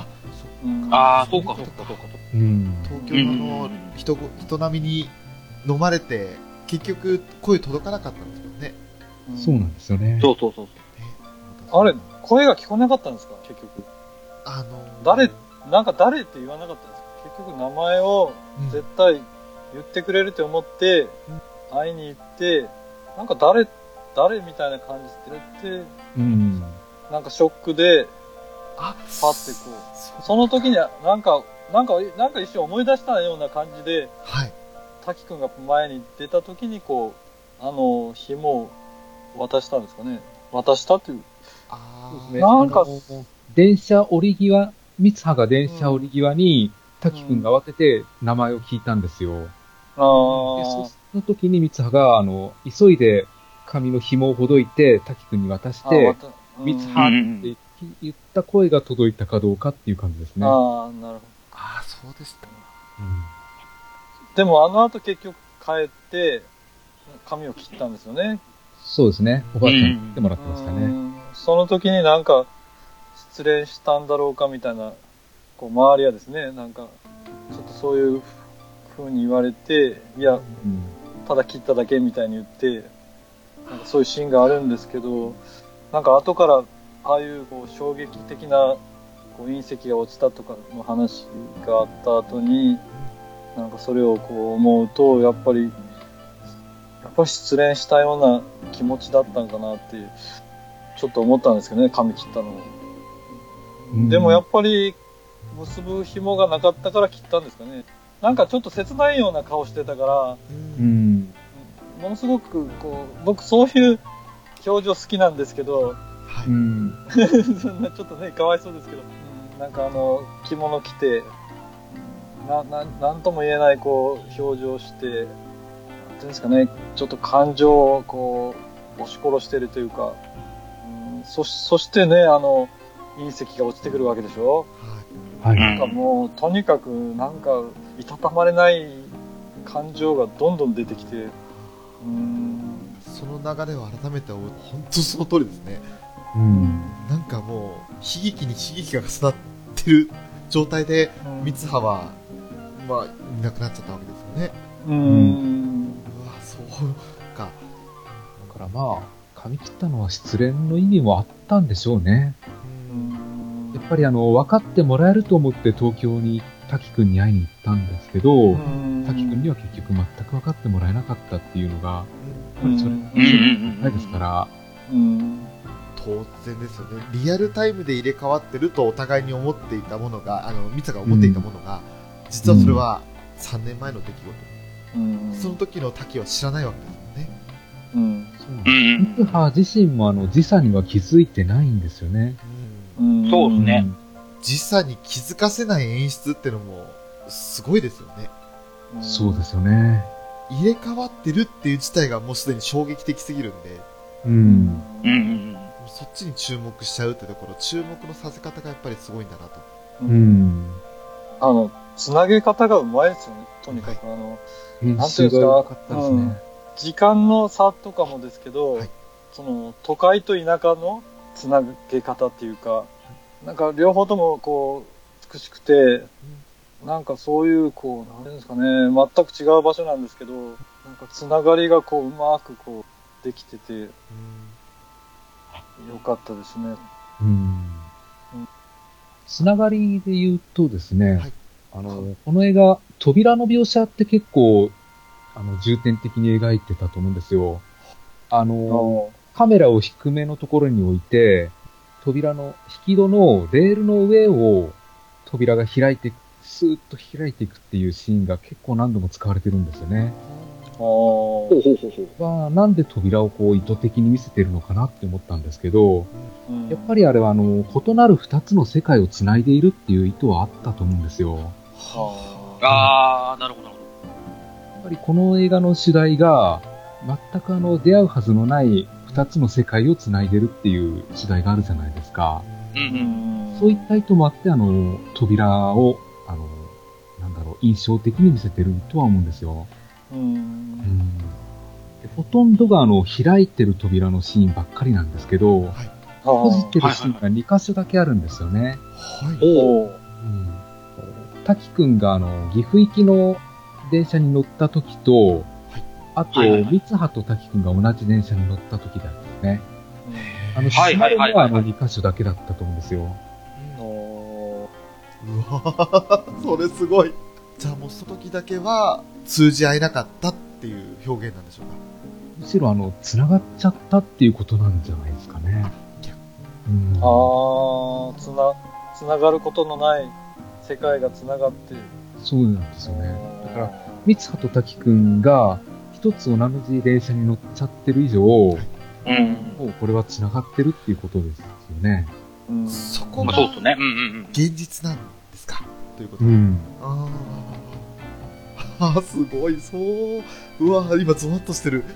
Speaker 5: うん
Speaker 3: ああ、そうかそうかそうか。
Speaker 4: うん。
Speaker 2: 東京のあの人ご人並みに飲まれて、結局声届かなかったんですよね。
Speaker 4: そうなんですよね。
Speaker 3: そうそうそう。
Speaker 5: あれ、声が聞こえなかったんですか結局。
Speaker 2: あの、
Speaker 5: 誰、なんか誰って言わなかったんですか結局名前を
Speaker 2: うん
Speaker 5: 絶対言ってくれると思って、会いに行って、なんか誰、誰みたいな感じで言って、
Speaker 4: うん。
Speaker 5: なんかショックで、
Speaker 2: あ、
Speaker 5: パってこう、その時になんか、なんか、なんか一瞬思い出したような感じで、
Speaker 2: はい。
Speaker 5: 滝くんが前に出た時にこう、あの、紐を渡したんですかね。渡したっていう。
Speaker 2: あ
Speaker 4: そう
Speaker 2: ー
Speaker 4: ですね
Speaker 5: なんか
Speaker 4: あの電車降り際、三葉が電車降り際に、滝くんが慌てて名前を聞いたんですよ。で、
Speaker 5: あ
Speaker 4: そ
Speaker 5: ー
Speaker 4: その時に三葉が、あの、急いで髪の紐をほどいて、滝くんに渡し
Speaker 5: あー、
Speaker 4: て
Speaker 5: わ、たうん
Speaker 4: 三葉って言った声が届いたかどうかっていう感じですね。
Speaker 5: ああ、なるほど。
Speaker 2: あー、そうでした。
Speaker 4: うん
Speaker 5: でもあの後結局帰って、髪を切ったんですよね。
Speaker 4: そうですね。おばあちゃんに来てもらってました
Speaker 5: う
Speaker 4: ね。
Speaker 5: んその時になんか、失礼したんだろうかみたいな、こう周りはですね、なんか、ちょっとそういう風に言われて、いや、
Speaker 4: うん
Speaker 5: ただ切っただけみたいに言って、なんかそういうシーンがあるんですけど、なんか後から、ああいうこう衝撃的なこう隕石が落ちたとかの話があった後に、なんかそれをこう思うと、やっぱり、やっぱり失恋したような気持ちだったんかなって、ちょっと思ったんですけどね、髪切ったのを。でもやっぱり、結ぶ紐がなかったから切ったんですかね。なんかちょっと切ないような顔してたから、
Speaker 4: うん。
Speaker 5: ものすごくこう僕そういう表情好きなんですけど
Speaker 4: うん。
Speaker 5: そんなちょっとねかわいそうですけど、うんなんかあの着物着てなななんとも言えないこう表情してなんていうんですかねちょっと感情をこう押し殺してるというか、うん、そそしてねあの隕石が落ちてくるわけでしょ
Speaker 4: は
Speaker 3: う
Speaker 4: い。
Speaker 5: なんかもうとにかくなんかいたたまれない感情がどんどん出てきてうん
Speaker 2: その流れを改めて思う、本当その通りですね。
Speaker 4: うん。
Speaker 2: なんかもう、悲劇に悲劇が重なってる状態で、三葉は、まあ、いなくなっちゃったわけですよね。
Speaker 5: うーん。
Speaker 2: うわ、そうか。
Speaker 4: だからまあ、髪切ったのは失恋の意味もあったんでしょうね。
Speaker 5: うん
Speaker 4: やっぱりあの、分かってもらえると思って東京に滝くんに会いに行ったんですけど、滝くんには結局全く分かってもらえなかったっていうのが、やっぱりそれ、
Speaker 5: うん
Speaker 3: うん
Speaker 4: ないですから、
Speaker 5: うん。
Speaker 2: 当然ですよね。リアルタイムで入れ替わってるとお互いに思っていたものが、あの、三葉が思っていたものが、実はそれは3年前の出来事。
Speaker 5: うん
Speaker 2: その時の滝は知らないわけですもんね。
Speaker 5: うん。
Speaker 4: そうなん
Speaker 3: う
Speaker 4: です。
Speaker 3: ん
Speaker 4: ミツハ自身もあの、時差には気づいてないんですよね。
Speaker 2: うん
Speaker 5: うん。。
Speaker 3: そうですね。
Speaker 2: 時差に気づかせない演出ってのも、すごいですよね。
Speaker 4: うんそうですすよね。
Speaker 2: 入れ替わってるっていう事態がもうすでに衝撃的すぎるんで、
Speaker 4: う。
Speaker 5: うん
Speaker 3: うん。うんうん
Speaker 2: そっちに注目しちゃうってところ、注目のさせ方がやっぱりすごいんだなと。
Speaker 5: う。
Speaker 4: うんん。
Speaker 5: あの、つなげ方がうまいですよね。とにかく、あの、
Speaker 4: 編
Speaker 5: なんてい
Speaker 4: 集
Speaker 5: うんですか
Speaker 4: が良かったですね。
Speaker 5: 時間の差とかもですけど、
Speaker 2: はい
Speaker 5: その、都会と田舎のつなげ方っていうか、なんか両方ともこう、美しくて、なんかそういう、こう、なんていうんですかね、全く違う場所なんですけど、なんかつながりがこう、うまくこう、できてて、よかったですね。
Speaker 4: うん
Speaker 5: うん
Speaker 4: つながりで言うとですね、
Speaker 2: はい
Speaker 4: あの、この映画、扉の描写って結構、あの、重点的に描いてたと思うんですよ。あの、
Speaker 5: うん
Speaker 4: カメラを低めのところに置いて、扉の、引き戸のレールの上を扉が開いて、スーッと開いていくっていうシーンが結構何度も使われてるんですよね。
Speaker 5: ほうほうほうほう。
Speaker 4: は、なんで扉をこう意図的に見せてるのかなって思ったんですけど、やっぱりあれはあの、異なる二つの世界を繋いでいるっていう意図はあったと思うんですよ。
Speaker 3: あー、なるほど、なるほ
Speaker 4: やっぱりこの映画の主題が、全くあの、出会うはずのない二つの世界を繋いでるっていう主題があるじゃないですか。
Speaker 3: ど。うんうん。
Speaker 4: そういった意図もあって、あの、扉を、あの、なんだろう、印象的に見せてるとは思うんですよ。
Speaker 5: うん。
Speaker 4: でほとんどがあの、開いてる扉のシーンばっかりなんですけど、閉じてるシーンが2箇所だけあるんですよね。
Speaker 2: はい。
Speaker 5: おお。
Speaker 4: 滝くんがあの、岐阜行きの電車に乗った時と、あと、
Speaker 3: はいはいはい
Speaker 4: 三葉と滝くんが同じ電車に乗った時だったですね。あの、
Speaker 3: はい
Speaker 4: 閉ま
Speaker 3: はい
Speaker 4: る
Speaker 3: はい
Speaker 4: のはあの2箇所だけだったと思うんですよ。
Speaker 2: うわーそれすごい。じゃあもうその時だけは通じ合えなかったっていう表現なんでしょうか。
Speaker 4: むしろあの、繋がっちゃったっていうことなんじゃないですかね。うん、
Speaker 5: ああ、つな、つながることのない世界がつながって。
Speaker 4: そうなんですよね。だから、三葉と滝くんが一つ同じ電車に乗っちゃってる以上、も
Speaker 3: うん。
Speaker 4: うこれは繋がってるっていうことですよね。
Speaker 5: うん。
Speaker 2: そこ
Speaker 3: ま
Speaker 2: が
Speaker 3: あ、そうですね。うんうん
Speaker 2: 現実なんですかということ
Speaker 4: う
Speaker 2: で。
Speaker 4: ん。
Speaker 2: あーあー、すごい、そう。うわー今ゾワッとしてる。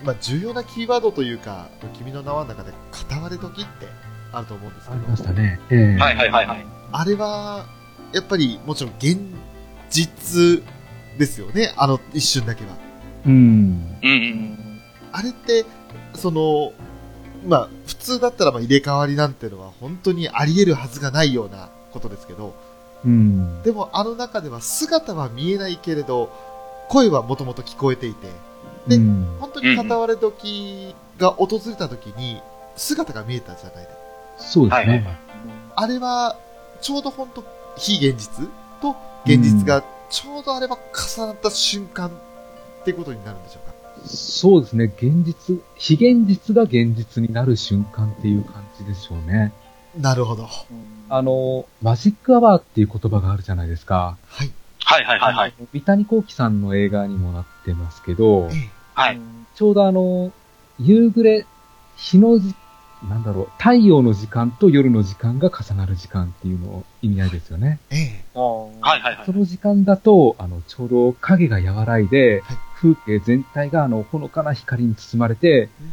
Speaker 2: へーまあ、重要なキーワードというか、君の名はの中で、片割れ時ってあると思うんです
Speaker 4: あ
Speaker 2: け
Speaker 4: り
Speaker 2: ど、
Speaker 4: ましたね。え
Speaker 3: う
Speaker 4: え
Speaker 3: ん。はいはいはいはい。
Speaker 2: あれは、やっぱり、もちろん現実ですよね、あの一瞬だけは。
Speaker 4: うん。
Speaker 3: うんう。
Speaker 5: うんん。
Speaker 2: あれって、その、まあ、普通だったらまあ入れ替わりなんてのは本当にあり得るはずがないようなことですけど、
Speaker 4: うん。
Speaker 2: でもあの中では姿は見えないけれど、声はもともと聞こえていて、で
Speaker 4: うん
Speaker 2: 本当に片割れ時が訪れた時に姿が見えたじゃないですか。
Speaker 4: そうですね。
Speaker 3: はいは
Speaker 2: あれは、ちょうど本当非現実と現実がちょうどあれば重なった瞬間ってことになるんでしょうか。
Speaker 4: そうですね。現実、非現実が現実になる瞬間っていう感じでしょうね。
Speaker 2: なるほど。
Speaker 4: あの、マジックアワーっていう言葉があるじゃないですか。
Speaker 2: はい。
Speaker 3: はいはいはいはい。
Speaker 4: 三谷幸喜さんの映画にもなってますけど、
Speaker 3: はい。
Speaker 4: ちょうどあの、夕暮れ、日のじ、なんだろう、太陽の時間と夜の時間が重なる時間っていうのを意味合いですよね。
Speaker 2: ええ。
Speaker 5: あー
Speaker 3: はいはいはい
Speaker 4: そ。の時間だと、あの、ちょうど影が和らいで
Speaker 2: はい、
Speaker 4: 風景全体があの、ほのかな光に包まれて、本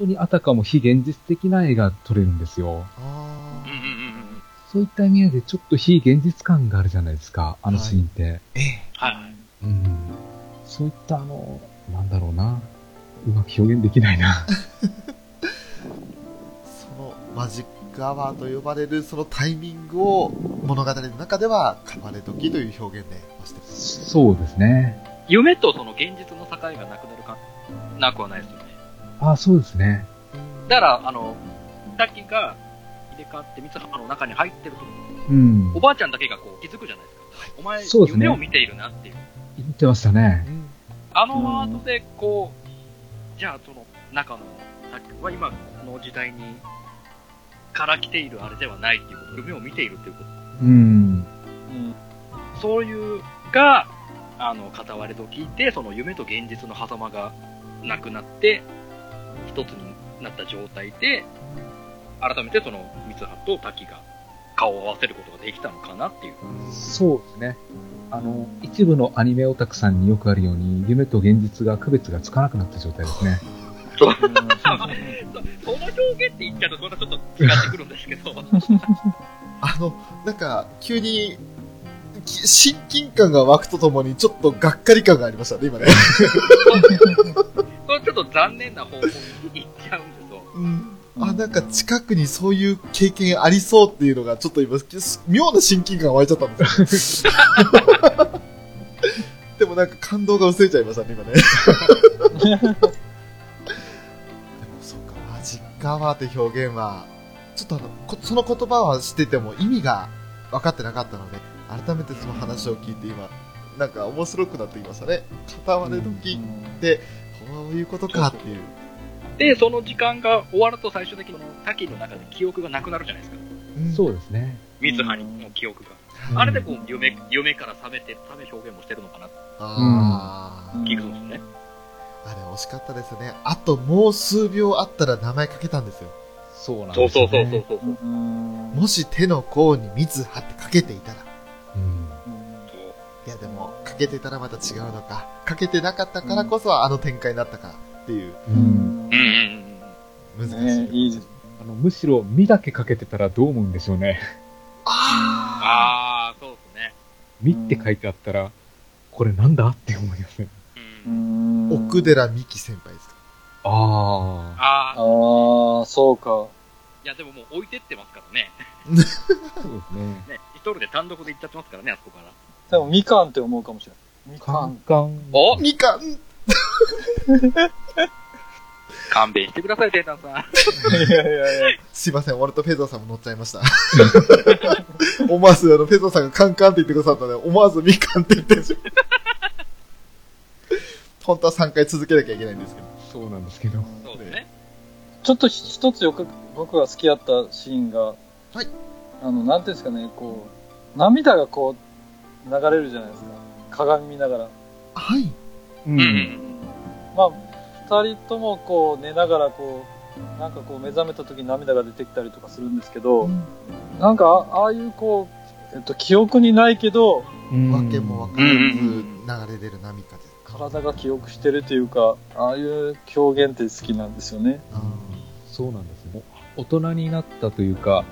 Speaker 4: 当にあたかも非現実的な絵が撮れるんですよ。
Speaker 2: あ
Speaker 3: う
Speaker 2: ー
Speaker 3: んうんうんうん。
Speaker 4: そういった意味合いでちょっと非現実感があるじゃないですか、あのシーンって。
Speaker 2: ええ。
Speaker 3: はいはい。
Speaker 4: うん。そういったあの、なんだろうな。うまく表現できないな。
Speaker 2: そのマジックアワーと呼ばれるそのタイミングを物語の中では片割れ時という表現でましてます。
Speaker 4: そうですね。
Speaker 3: 夢とその現実の境がなくなるか、なくはないですよね。
Speaker 4: あ、そうですね。
Speaker 3: だから、あの、さっきが入れ替わって三葉の中に入ってると、
Speaker 4: うん
Speaker 3: お。ばあちゃんだけがこう気づくじゃないですか。お前、
Speaker 4: そうですね
Speaker 3: 夢を見ているなっていう。
Speaker 4: 言ってましたね。
Speaker 3: あのワードで、こう、じゃあその中のさっきは今の時代に、から来ているあれではないっていうこと、夢を見ているっていうこと。
Speaker 4: うん。
Speaker 5: うん。
Speaker 3: そういうが、あの、片割れと聞いて、その夢と現実の狭間がなくなって、一つになった状態で、改めてその、三葉と滝が顔を合わせることができたのかなっていう。
Speaker 4: そうですね。あの、一部のアニメオタクさんによくあるように、夢と現実が区別がつかなくなった状態ですね。
Speaker 3: その表現って言っちゃうと、またちょっと違ってくるんですけど、
Speaker 2: あの、なんか、急に、き親近感が湧くとともに、ちょっとがっかり感がありましたね、今ね。
Speaker 3: それちょっと残念な方向に行っちゃうんですよ。
Speaker 2: うん。あ、なんか近くにそういう経験ありそうっていうのが、ちょっと今、き妙な親近感が湧いちゃったんですよ。でもなんか感動が薄れちゃいましたね、今ね。でもそうか、マジックアワーって表現は、ちょっとあの、こその言葉は知ってても意味が分かってなかったので、改めてその話を聞いて今、なんか面白くなってきましたね。片割れ時って、こういうことかっていう。
Speaker 3: で、その時間が終わると最終的にその多岐の中で記憶がなくなるじゃないですか。
Speaker 4: そうですね。
Speaker 3: 水葉にの記憶が。あれでこう夢夢から覚めてるため表現もしてるのかなって
Speaker 2: あー
Speaker 3: 聞くんですよね。
Speaker 2: あれ惜しかったですね。あともう数秒あったら名前かけたんですよ。
Speaker 4: そうなん
Speaker 3: そう
Speaker 4: です
Speaker 3: そう
Speaker 4: ね。
Speaker 3: そうそうそう。
Speaker 2: もし手の甲に水葉ってかけていたら。いやでも、かけてたらまた違うのか。かけてなかったからこそあの展開になったからっていう。
Speaker 4: うん
Speaker 3: うんうん
Speaker 2: 難しい。
Speaker 5: ねいいです。
Speaker 4: あのむしろ、身だけかけてたらどう思うんでしょうね。
Speaker 3: ああ、そうですね。
Speaker 4: 身って書いてあったら、これなんだって思いますね。
Speaker 2: 奥寺美希先輩ですか。
Speaker 4: あ
Speaker 3: ああ、
Speaker 5: ああ、そうか。
Speaker 3: いやでももう置いてってますからね。
Speaker 4: あ、そうですね。
Speaker 3: ね、一人で単独で行っちゃってますからね、あそこから。
Speaker 5: でも、みかんって思うかもしれない。みか
Speaker 4: カン
Speaker 5: ん。
Speaker 4: カン。
Speaker 3: お
Speaker 2: みかん
Speaker 3: 勘弁してください、テータンさん。
Speaker 5: いやいやいや。
Speaker 2: すいません、俺とフェザーさんも乗っちゃいました。 思わず、あの、フェザーさんがカンカンって言ってくださったので、思わずみかんって言ってしまう。本当は3回続けなきゃいけないんですけど。
Speaker 4: そうなんですけど。
Speaker 3: そうですね。
Speaker 5: ちょっとひ一つよく僕が好きだったシーンが、
Speaker 2: はい。
Speaker 5: あの、なんていうんですかね、こう、涙がこう、流れるじゃないですか。鏡見ながら。
Speaker 2: はい。
Speaker 4: う。
Speaker 3: うんうんん。
Speaker 5: まあ、二人ともこう、寝ながらこう、なんかこう、目覚めた時に涙が出てきたりとかするんですけど、なんかあ、ああいうこう、えっと、記憶にないけど、
Speaker 4: うん
Speaker 2: わけもわからず流れ出る涙で。
Speaker 5: 体が記憶してるというか、ああいう表現って好きなんですよね。
Speaker 4: そうなんですね。大人になったというか、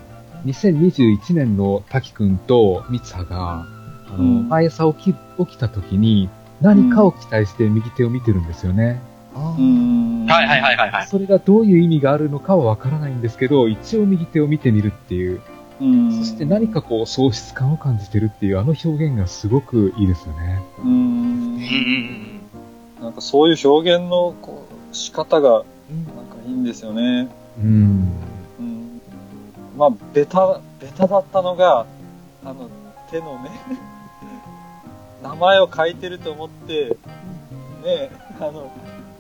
Speaker 4: 2021年の滝くんとミツハが、あの、
Speaker 5: うん
Speaker 4: 毎朝起き、起きた時に、何かを期待して右手を見てるんですよね。
Speaker 2: あ
Speaker 5: う
Speaker 2: ー
Speaker 5: ん。
Speaker 3: はいはいはいはいはい。
Speaker 4: それがどういう意味があるのかはわからないんですけど、一応右手を見てみるっていう、
Speaker 5: うん。
Speaker 4: そして何かこう喪失感を感じてるっていう、あの表現がすごくいいですよね。
Speaker 5: うん。
Speaker 3: うんうん
Speaker 5: なんかそういう表現のこう仕方が
Speaker 2: うん
Speaker 5: なんかいいんですよね。
Speaker 4: うん。
Speaker 5: うん、まあ、ベタ、ベタだったのが、あの、手のね、 名前を書いてると思って、ね、あの、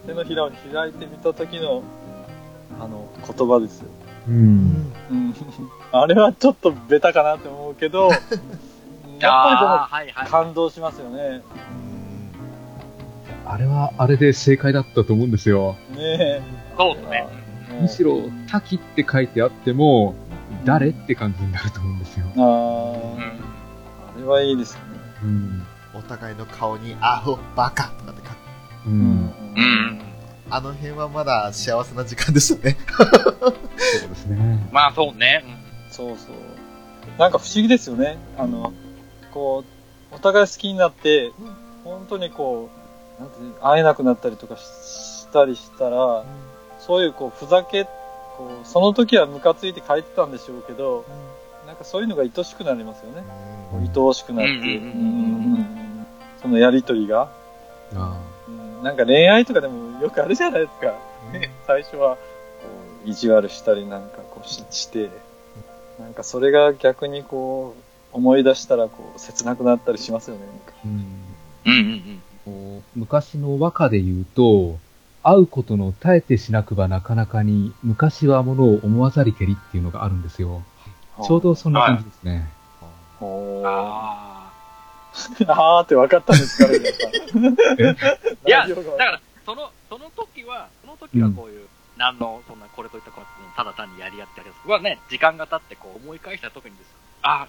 Speaker 5: 手のひらを開いてみた時の、あの、言葉ですよ。
Speaker 4: うん。
Speaker 5: うん、 あれはちょっとベタかなって思うけ ど、やっぱり
Speaker 3: うん。
Speaker 5: こ
Speaker 3: あーはいは
Speaker 5: の
Speaker 3: い。
Speaker 5: 感動しますよね。
Speaker 4: あれはあれで正解だったと思うんですよ。
Speaker 5: ね
Speaker 3: そうですね。
Speaker 5: え。
Speaker 4: むしろ、滝って書いてあっても、誰って感じになると思うんですよ。
Speaker 3: う
Speaker 5: あー
Speaker 3: ん。
Speaker 5: あれはいいですよね。
Speaker 4: うん。
Speaker 2: お互いの顔に、アホ、バカとかって書く。
Speaker 4: う。
Speaker 5: うん
Speaker 3: うん。
Speaker 2: あの辺はまだ幸せな時間でしたね。
Speaker 4: そうですね。
Speaker 3: まあそうね。うん
Speaker 5: そうそう。なんか不思議ですよね。あの、こう、お互い好きになって、本当にこう、なんていう会えなくなったりとかししたりしたら、そういうこう、ふざけ、こう、その時はムカついて書いてたんでしょうけど、なんかそういうのが愛しくなりますよね。愛おしくなって、
Speaker 3: うんうんうんうん
Speaker 5: うんそのやりとりが、
Speaker 4: あ
Speaker 5: うんなんか恋愛とかでもよくあるじゃないですか。ね最初は、こう、意地悪したりなんかこうしして、なんかそれが逆にこう、思い出したらこう、切なくなったりしますよね。
Speaker 4: ーうん。
Speaker 3: うんうん
Speaker 4: こう昔の和歌で言うと、会うことの絶えてしなくばなかなかに、昔はものを思わざりけりっていうのがあるんですよ。ちょうどそんな感じですね。
Speaker 5: お
Speaker 3: うん。
Speaker 5: ー。
Speaker 3: あ
Speaker 5: あーって分かったんですから、皆さん
Speaker 3: いや
Speaker 5: 内容が
Speaker 3: あ。だから、その、その時は、その時はこういう、何の、そんな、これといったことただ単にやり合ってやるやつはね、時間が経ってこう思い返した時にですよあ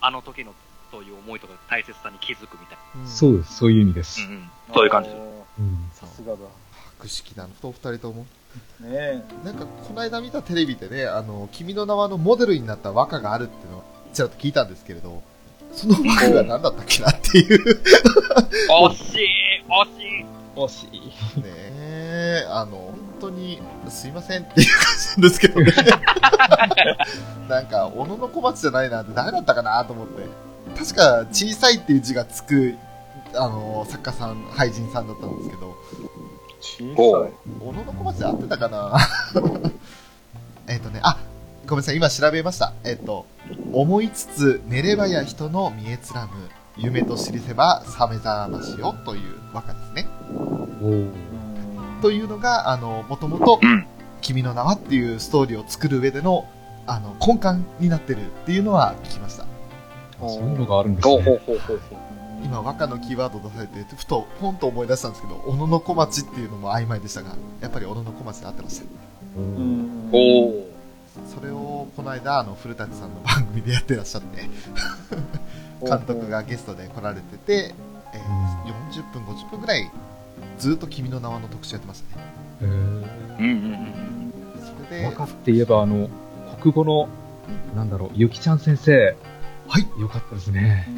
Speaker 3: あ、あの時の、そういう思いとか大切さに気づくみたい
Speaker 2: うん。
Speaker 4: そうです。そういう意味です。
Speaker 3: な。ん。そういう感じです。
Speaker 5: お
Speaker 4: うん
Speaker 5: ーさすがだ。ね
Speaker 2: 博識なのと、お二人とも。
Speaker 5: え。
Speaker 2: なんか、この間見たテレビでね、あの、君の名はのモデルになった和歌があるっていうのを、ちらっと聞いたんですけれど、その和歌が何だったっけなっていう。
Speaker 3: 惜しい惜しい
Speaker 4: 惜しい。
Speaker 2: ねえ、あの、本当に、すいませんっていう感じなんですけどね。なんか、小野の小町じゃないなって誰だったかなと思って。確か、小さいっていう字がつく、あの、作家さん、俳人さんだったんですけど、
Speaker 5: 小さい。
Speaker 2: 小野の小町で合 ってたかなえっとね、あ、ごめんなさい、今調べました。えっと、思いつつ寝ればや人の見えつらむ夢と知りせば覚めざましよという和歌ですね。というのが、あの、もともと、君の名はっていうストーリーを作る上での、あの、根幹になってるっていうのは聞きました。
Speaker 4: そういうのがあるんですね。
Speaker 2: 今、和歌のキーワード出されて、ふとポンと思い出したんですけど、小野の小町っていうのも曖昧でしたが、やっぱり小野の小町で合ってました。
Speaker 3: おお。
Speaker 2: それをこの間あの古舘さんの番組でやってらっしゃって 監督がゲストで来られてて、えー40分50分ぐらいずっと「君の名は」の特集やってましたね
Speaker 4: へー
Speaker 2: それで
Speaker 4: 和歌って言えば、あの、国語の、なんだろう、ゆきちゃん先生。
Speaker 2: はい。
Speaker 4: よかったですね。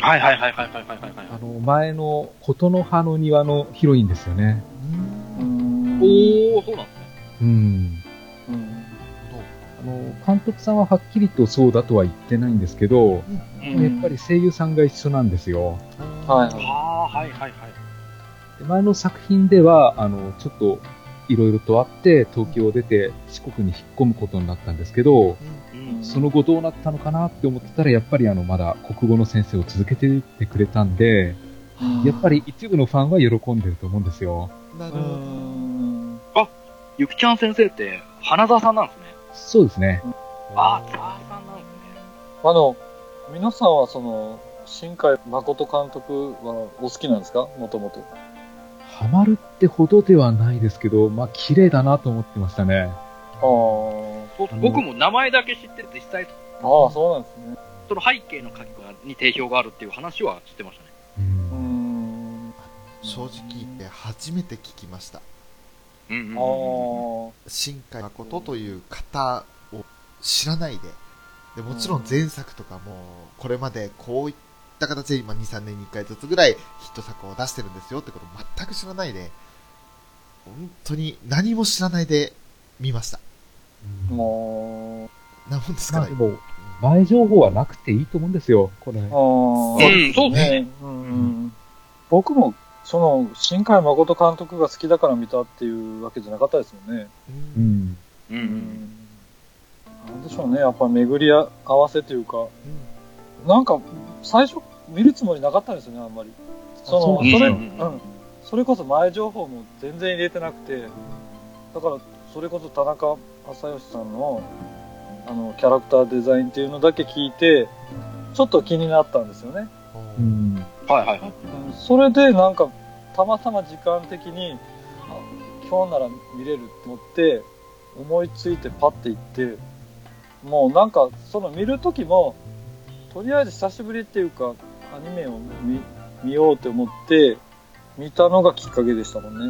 Speaker 3: はいはいはいはいはいはいはいはい。
Speaker 4: あの、前の、琴の葉の庭のヒロインですよね。
Speaker 3: おお、そうなんですね。
Speaker 4: うん。あの、監督さんははっきりとそうだとは言ってないんですけど、やっぱり声優さんが一緒なんですよ。
Speaker 5: はい。
Speaker 3: ああー、はいはいはい。
Speaker 4: で前の作品では、あの、ちょっと、いろいろとあって、東京を出て四国に引っ込むことになったんですけど、その後どうなったのかなって思ってたら、やっぱりあの、まだ国語の先生を続けていってくれたんで、やっぱり一部のファンは喜んでると思うんですよ。
Speaker 2: なるほど
Speaker 3: ゆきちゃん先生って、花沢さんなんですね。
Speaker 4: そうですね。
Speaker 3: ああ、沢さんなんですね。
Speaker 5: あの、皆さんはその、新海誠監督はお好きなんですかもともと。
Speaker 4: ハマるってほどではないですけど、まあ、綺麗だなと思ってましたね。
Speaker 3: そう僕も名前だけ知ってて、実際、
Speaker 5: ああ、そうなんですね。
Speaker 3: その背景の書き方に定評があるっていう話は知ってましたね。
Speaker 2: 正直言って初めて聞きました
Speaker 3: うんうん。
Speaker 2: 新海誠という方を知らないででもちろん前作とかもこれまでこういった形で今23年に1回ずつぐらいヒット作を出してるんですよってことを全く知らないで本当に何も知らないで見ました
Speaker 5: も
Speaker 2: なもんですか
Speaker 4: まあ
Speaker 2: ら、
Speaker 4: でも、前情報はなくていいと思うんですよ、これ。
Speaker 5: う、ああ。
Speaker 3: うん、そうですね。
Speaker 5: うん僕も、その、新海誠監督が好きだから見たっていうわけじゃなかったですもんね。
Speaker 2: うん
Speaker 4: うん。
Speaker 3: うんう。
Speaker 5: うんなんでしょうね、やっぱ巡り合わせというか、なんか、最初見るつもりなかったんですよね、あんまり。その、
Speaker 4: そう
Speaker 5: そ
Speaker 4: なんです
Speaker 5: れ、
Speaker 4: よ
Speaker 5: うん。それこそ前情報も全然入れてなくて、だから、それこそ田中正義さんの、あの、キャラクターデザインっていうのだけ聞いて、ちょっと気になったんですよね。
Speaker 4: うん。
Speaker 3: はいはいはい。
Speaker 5: うんそれでなんかたまたま時間的にあ今日なら見れると思って思いついてパッて行ってもうなんかその見る時もとりあえず久しぶりっていうかアニメを見見ようと思って見たのがきっかけでしたもんね、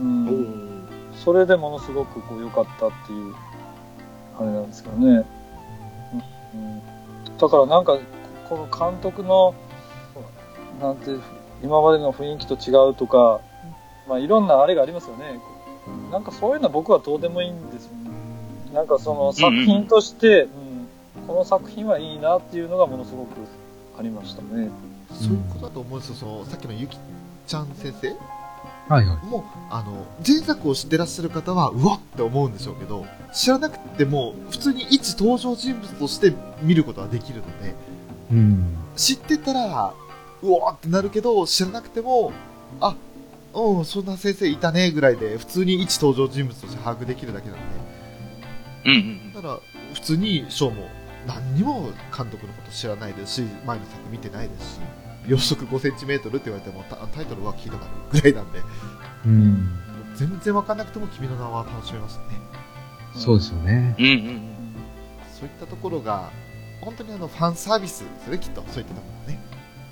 Speaker 4: うん。
Speaker 5: うん、それでものすごくこう良かったっていうあれなんですけどね、うんうんだからなんかこの監督のなんて今までの雰囲気と違うとか、まあ、いろんなあれがありますよねなんかそういうのは僕はどうでもいいんですよねなんかその作品として、うんこの作品はいいなっていうのがものすごくありましたね
Speaker 2: そういうことだと思うんですよそのさっきのゆきちゃん先生
Speaker 4: はいはい。
Speaker 2: もうあの前作を知ってらっしゃる方はうわっって思うんでしょうけど知らなくても普通に一登場人物として見ることはできるので
Speaker 4: うん。
Speaker 2: 知ってたらうわーってなるけど知らなくてもあうんそんな先生いたねぐらいで普通に一登場人物として把握できるだけなの
Speaker 3: うんうん
Speaker 2: でだから普通にショーも何にも監督のこと知らないですし前の作見てないですし秒速 5cm って言われてもタタイトルは聞いたことあるぐらいなんで
Speaker 4: うん。
Speaker 2: 全然わかんなくても君の名は楽しめましたね
Speaker 4: そうですよね。
Speaker 3: うん。うんうん
Speaker 2: そういったところが本当にあのファンサービスですよねきっとそういったところはね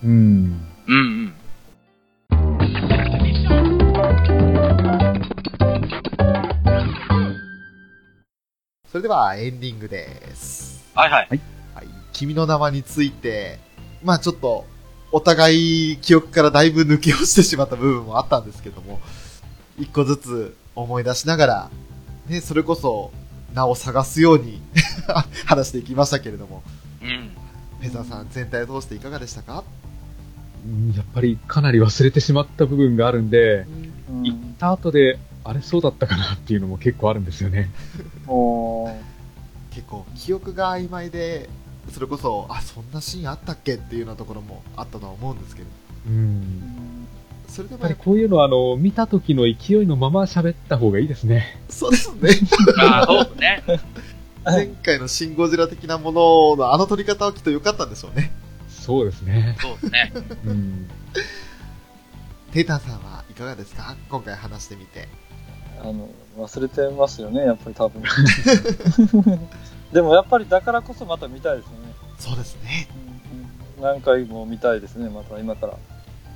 Speaker 4: うん。
Speaker 3: うん。うんうん。
Speaker 2: それではエンディングです、
Speaker 3: はいはい。
Speaker 2: はい、君の名はについてまあちょっとお互い記憶からだいぶ抜け落ちてしまった部分もあったんですけども一個ずつ思い出しながら、ね、それこそ名を探すように 話していきましたけれども
Speaker 3: うん。
Speaker 2: フェザーさん全体を通していかがでしたか、
Speaker 4: うんやっぱりかなり忘れてしまった部分があるんで、
Speaker 5: うん
Speaker 4: 行った後で、あれそうだったかなっていうのも結構あるんですよね。
Speaker 5: おー
Speaker 2: 結構記憶が曖昧でそれこそあそんなシーンあったっけっていうようなところもあったとは思うんですけど
Speaker 4: うん。
Speaker 2: それで
Speaker 4: やっ
Speaker 2: もや
Speaker 4: ぱり
Speaker 2: っぱ
Speaker 4: こういうのは、あの、見た時の勢いのまま喋った方がいいですね。
Speaker 2: そうですね
Speaker 3: ああ、そうですね。
Speaker 2: 前回の「シン・ゴジラ」的なもののあの撮り方はきっと良かったんでしょうね
Speaker 4: そうですね。
Speaker 3: そうですね。
Speaker 4: うん。
Speaker 2: テイタンさんはいかがですか今回話してみて
Speaker 5: あの、忘れてますよね、やっぱり多分。 でもやっぱりだからこそまた見たいですよね。
Speaker 2: そうですね
Speaker 5: うん何回も見たいですね、また今から。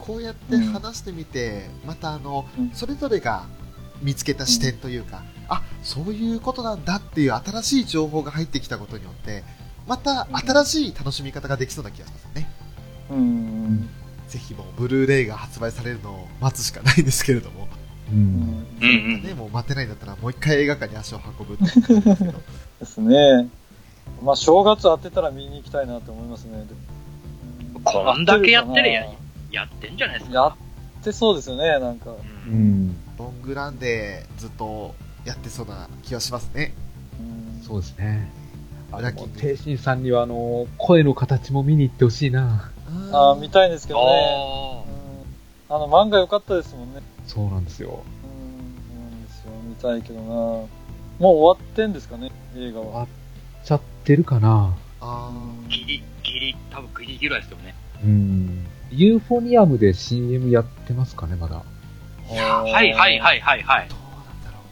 Speaker 2: こうやって話してみて、またあの
Speaker 5: うん
Speaker 2: それぞれが見つけた視点というか、あそういうことなんだっていう新しい情報が入ってきたことによってまた新しい楽しみ方ができそうな気がしますね、
Speaker 5: うん。
Speaker 2: ぜひもうブルーレイが発売されるのを待つしかないんですけれども、
Speaker 4: う。
Speaker 5: うんん。
Speaker 3: うん
Speaker 2: ね、もう待てないんだったらもう一回映画館に足を運ぶって感じですけど
Speaker 5: ですね。まあ、正月当てたら見に行きたいなと思いますね。
Speaker 3: うん。こんだけやってりゃ、やってんじゃないです
Speaker 5: や
Speaker 3: か。
Speaker 5: ってそうですよね、なんか。
Speaker 3: う
Speaker 4: うんん。
Speaker 2: ロングランでずっとやってそうな気がしますね
Speaker 5: うん
Speaker 4: そうですね。あ
Speaker 2: ラッ
Speaker 4: で
Speaker 2: キ
Speaker 4: も、
Speaker 2: ー
Speaker 4: 天心さんには、あの、声の形も見に行ってほしいな。
Speaker 5: ああ、見たいんですけどね。
Speaker 3: おー
Speaker 5: うんあの、漫画良かったですもんね。
Speaker 4: そうなんですよ。
Speaker 5: うん、なんですよ。見たいけどな。もう終わってんですかね、映画は。。
Speaker 4: ちゃってるかな。
Speaker 2: あ
Speaker 3: ギリギリ、多分ギリギリぐらいですよね。
Speaker 4: うん。ユーフォニアムで CM やってますかね、まだ。
Speaker 3: はいはいはいいはいはい
Speaker 2: ーど。うなんだろう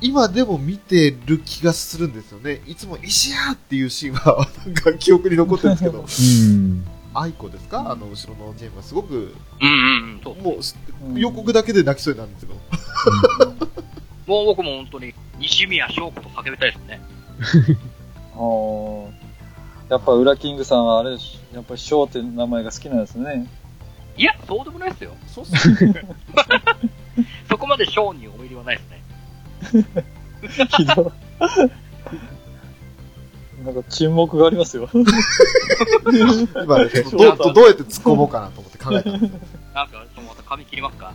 Speaker 2: 今でも見てる気がするんですよねいつも「石や!」っていうシーンはなんか記憶に残ってるんですけど
Speaker 4: うん。
Speaker 2: アイコですかあの後ろのジェームはすごく
Speaker 3: うんうんうん。そう
Speaker 2: もうし
Speaker 5: うん
Speaker 2: 予告だけで泣きそうになるんですけど
Speaker 3: もう僕も本当に、西宮翔子と叫びたいですね。
Speaker 5: あーやっぱ、ウラキングさんはあれでし、やっぱりショーって名前が好きなんですね。
Speaker 3: いや、そうでもないですよ。
Speaker 2: そうっすね
Speaker 3: そこまで翔に思い入れはないですね。
Speaker 5: ひどい。なんか沈黙がありますよ。
Speaker 2: 今ねちょっとどうどうどうやって突っ込もうかなと思って考えたんですよ
Speaker 3: なんか、そのまた髪切りますか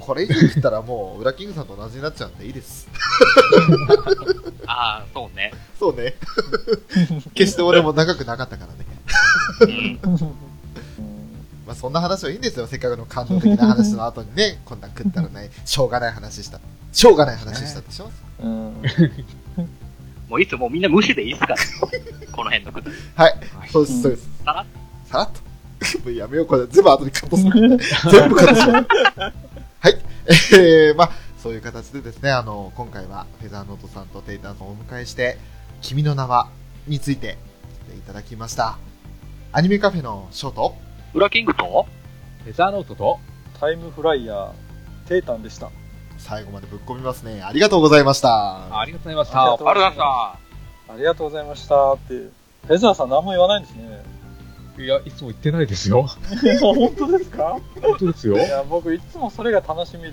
Speaker 2: これ以上言ったらもう裏キングさんと同じになっちゃうんでいいです
Speaker 3: ああ、そうね。
Speaker 2: そう ね決して俺も長くなかったからね
Speaker 3: うん。
Speaker 2: まあそんな話はいいんですよ。せっかくの感動的な話の後に ね、こんなくったらない、しょうがない話した。しょうがない話したでしょ、
Speaker 5: うん。
Speaker 3: もういつもみんな無視でいいっすから。この辺のこと。
Speaker 2: はい。そうです、そうです。
Speaker 3: さらっ
Speaker 2: さらっと。 もうやめよう、これ。全部後にカットする。全部カットする。はい。えー、まあ、そういう形でですね、あの、今回はフェザーノートさんとテイターさんをお迎えして、君の名はについていただきました。アニメカフェのショート、
Speaker 3: 裏キングと
Speaker 4: フェザーノートと、
Speaker 5: タイムフライヤー、テータンでした。
Speaker 2: 最後までぶっ込みますね。ありがとうございました。
Speaker 4: ありがとうございまし
Speaker 5: あり
Speaker 4: た
Speaker 5: がとう。ございましたありがとうございましたって。フェザーさん何も言わないんですね。
Speaker 4: いや、いつも言ってないですよ。
Speaker 5: 本当ですか
Speaker 4: 本当ですよ
Speaker 5: い。や、僕いつもそれが楽しみで。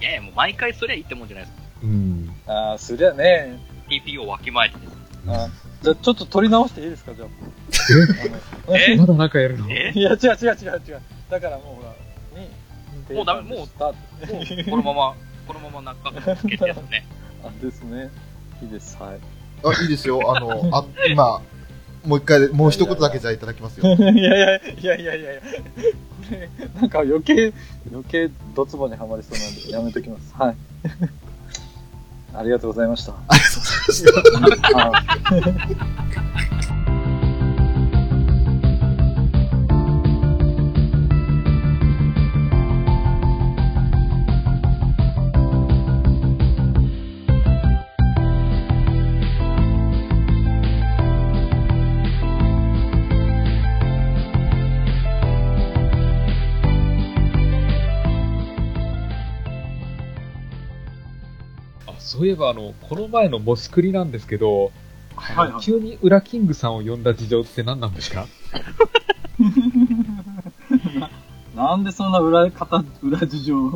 Speaker 3: いやいや、もう毎回そりゃいいってもんじゃないですか。
Speaker 4: うん。
Speaker 5: ああ、すりゃね。
Speaker 3: TPO わきまえてです。
Speaker 5: あーじゃあちょっと撮り直していいですか、じ ゃあ。あの
Speaker 3: え
Speaker 4: まだなんかやるの
Speaker 3: え
Speaker 5: いや、違う違う違う違う。だからもうほら、に、
Speaker 3: もうダメ
Speaker 5: テータンでし
Speaker 3: もう
Speaker 5: た
Speaker 3: このまま、このまま中身つけてです ね。
Speaker 5: あですね。いいです、はい。
Speaker 2: あ、いいですよ。あの、あ今、もう一回、もう一言だけじゃあいただきますよ。
Speaker 5: いやいやいやいやいやいや。これ、なんか余計、余計ドツボにはまりそうなんで、やめときます。はい。ありがとうございました。
Speaker 2: ありがとうございました。
Speaker 5: あ
Speaker 4: あそういえば、あの、この前のモスクリなんですけど、
Speaker 5: はいはい
Speaker 4: 急に裏キングさんを呼んだ事情って何なんですか
Speaker 5: なんでそんな裏方、裏事情
Speaker 4: い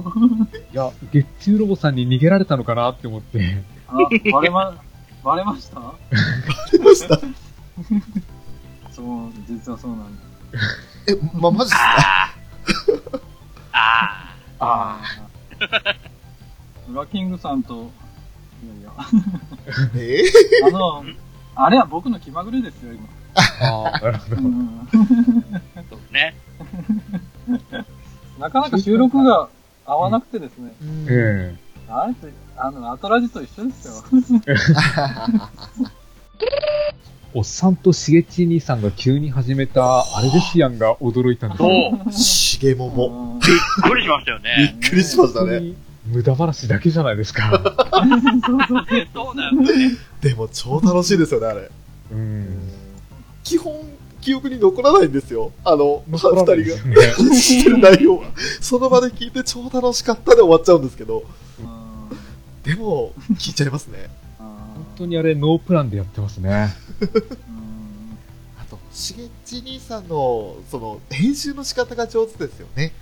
Speaker 4: や、月中ロボさんに逃げられたのかなって思って。
Speaker 5: あ、バレま、バレましたバレました そう、実はそうなんだ。
Speaker 2: え、ま、マジっすか
Speaker 3: ああ。あ
Speaker 5: ああ。裏キングさんと、いやいや。
Speaker 2: え
Speaker 5: あの、あれは僕の気まぐれですよ、今。
Speaker 4: ああ、なるほど。
Speaker 3: そうですね。
Speaker 5: なかなか収録が合わなくてですね。
Speaker 4: え
Speaker 5: あれって、あの、アトラジと一緒ですよ。
Speaker 4: おっさんとしげち兄さんが急に始めたアレルシアンが驚いたんです
Speaker 3: そ
Speaker 4: よ
Speaker 3: う。びっ
Speaker 2: しげもも。
Speaker 3: くりしましたよ
Speaker 2: び
Speaker 3: ね。
Speaker 2: っくりしましたね。
Speaker 4: 無駄話だけじゃないですか。
Speaker 3: そうだよね。
Speaker 2: でも超楽しいですよね、あれ。
Speaker 4: うん。
Speaker 2: 基本、記憶に残らないんですよ。あの、 二人が
Speaker 4: ですよね。
Speaker 2: 話してる内容は。その場で聞いて超楽しかったで終わっちゃうんですけど、
Speaker 5: うん
Speaker 2: でも、聞いちゃいますね。
Speaker 4: 本当にあれ、ノープランでやってますね。
Speaker 5: うん
Speaker 2: あと、しげち兄さんの、その、編集の仕方が上手ですよね。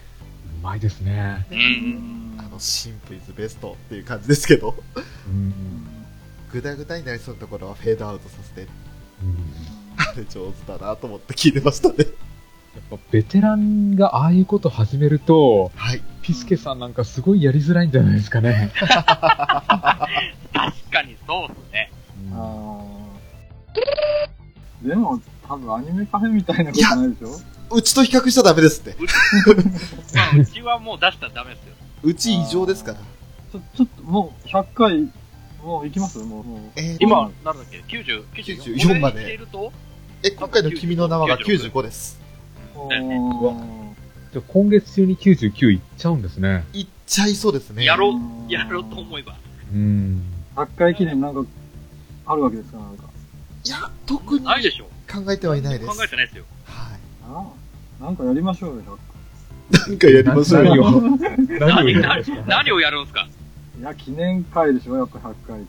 Speaker 4: うまいですね。
Speaker 3: う。
Speaker 5: うんん
Speaker 2: あの、シンプルズベストっていう感じですけど、
Speaker 4: うん。
Speaker 2: ぐだぐだになりそうなところはフェードアウトさせて、
Speaker 4: うん
Speaker 2: あれ上手だなと思って聞いてましたね。
Speaker 4: やっぱベテランがああいうこと始めると、
Speaker 2: はい。
Speaker 4: ピスケさんなんかすごいやりづらいんじゃないですかね。
Speaker 3: 確かにそうですね。
Speaker 5: あーでも、多分アニメカフェみたいなことないでしょ
Speaker 2: うちと比較しちゃダメですって。
Speaker 3: まあ、うちはもう出したらダメですよ。
Speaker 2: うち異常ですから。
Speaker 5: ちょ、ちょっと、もう、100回、もう行きますもう、もう。
Speaker 2: えーと
Speaker 3: 今、なんだっけ、90、94
Speaker 2: 94まで
Speaker 3: これにしてると
Speaker 2: え、今回の君の名はが95です。
Speaker 5: お
Speaker 3: だよね
Speaker 5: ー
Speaker 4: じゃあ今月中に99いっちゃうんですね。
Speaker 2: いっちゃいそうですね。
Speaker 3: やろ
Speaker 5: うん
Speaker 3: う、やろうと思えば。
Speaker 4: うん。
Speaker 5: 100回記念なんか、あるわけですかなんか。
Speaker 2: いや、特に
Speaker 3: ないでしょ。
Speaker 2: 考えてはいないです。
Speaker 3: 考えてないですよ。
Speaker 2: は
Speaker 5: ああなんかやりましょうよ、100
Speaker 2: い。なんかやりましょう
Speaker 4: 何
Speaker 2: よ。
Speaker 4: を、何を
Speaker 3: 何、
Speaker 4: 言うんで
Speaker 3: 何
Speaker 4: すか、
Speaker 3: 何をやるんですか
Speaker 5: いや、記念会でしょ、やっぱ100回って。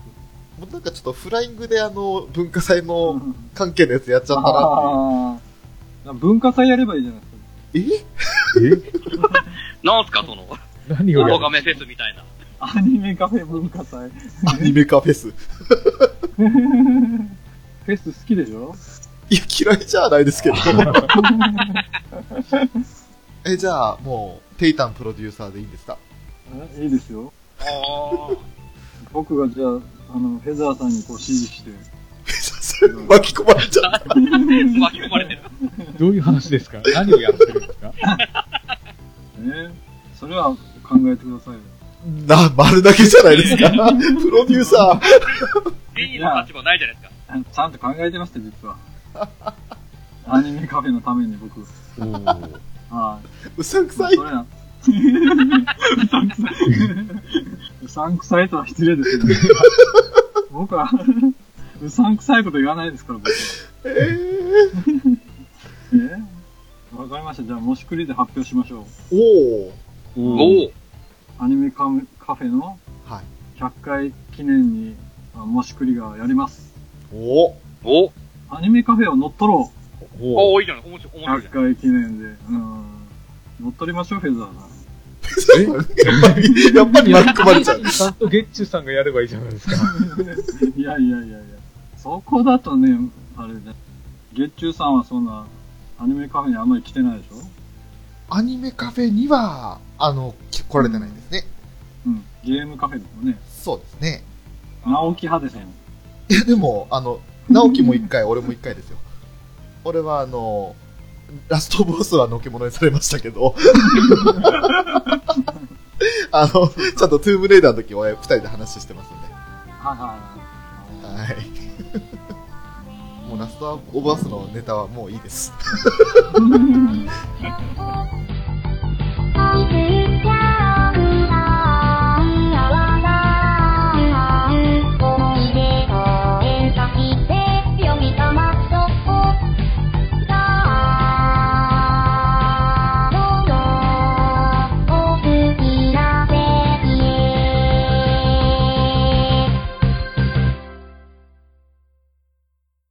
Speaker 2: もうなんかちょっとフライングであの、文化祭の関係のやつやっちゃったな
Speaker 5: ああ。文化祭やればいいじゃないですか。
Speaker 2: っていう。え
Speaker 4: え
Speaker 3: なんすか、その、
Speaker 4: 何
Speaker 3: お
Speaker 4: をや
Speaker 3: と
Speaker 4: る
Speaker 3: がめフェスみたいな。
Speaker 5: アニメカフェ文化祭。
Speaker 2: アニメ化フェス。
Speaker 5: フェス好きでしょ
Speaker 2: いや、嫌いじゃない ですけど。え、じゃあ、もう、テイタンプロデューサーでいいんですか
Speaker 5: えいいですよ。
Speaker 3: ああ。
Speaker 5: 僕がじゃあ、あの、フェザーさんにこう指示して。
Speaker 2: 巻き込まれちゃった。
Speaker 3: 巻き込まれてる。
Speaker 4: どういう話ですか何をやってるんです か
Speaker 5: ねそれは考えてくださいよ。
Speaker 2: な、丸投げじゃないですか。 プロデューサー。
Speaker 3: リーの立場ないじゃないですか。
Speaker 5: ちゃんと考えてました、実は。アニメカフェのために僕。
Speaker 4: おー
Speaker 5: は
Speaker 2: うさんく
Speaker 5: い。
Speaker 2: さい
Speaker 5: そ。れなうさんくさい。うさんくさいとは失礼ですよね。僕は、うさんくさいこと言わないですから、僕は。
Speaker 2: えー、
Speaker 5: えわかりました。じゃあ、もしくりで発表しましょう。
Speaker 2: おー。
Speaker 3: おお。
Speaker 5: アニメカムカフェの
Speaker 2: はい。
Speaker 5: 100回記念に、あもしくりがやります。
Speaker 2: おー。
Speaker 3: おお。
Speaker 5: アニメカフェを乗っ取ろ
Speaker 3: おお、いいじゃない。面白い、
Speaker 5: う。
Speaker 3: 面白いじ
Speaker 5: 100
Speaker 3: ゃ
Speaker 5: 回記念で。うん。乗っ取りましょう、フェザーさん。
Speaker 2: やっぱり、やっぱり巻き込まれちゃう。
Speaker 4: ちゃんとゲッチュさんがやればいいじゃないですか。
Speaker 5: いやいやいやいや。そこだとね、あれだ。月中さんはそんな、アニメカフェにあんまり来てないでしょ
Speaker 2: アニメカフェには、あの、き来られてないんですね。
Speaker 5: うん。ゲームカフェですもんね。
Speaker 2: そうですね。
Speaker 5: 直樹派ですもん。
Speaker 2: いや、でも、あの、直樹も一回、俺も一回ですよ。俺は、あの、ラストボスはのけものにされましたけど、 あの、ちゃんとトゥームレイダーの時、俺二人で話してますんで。
Speaker 5: はいはいはい。
Speaker 2: はい。 もうラストオブアスのネタはもういいです。
Speaker 1: 「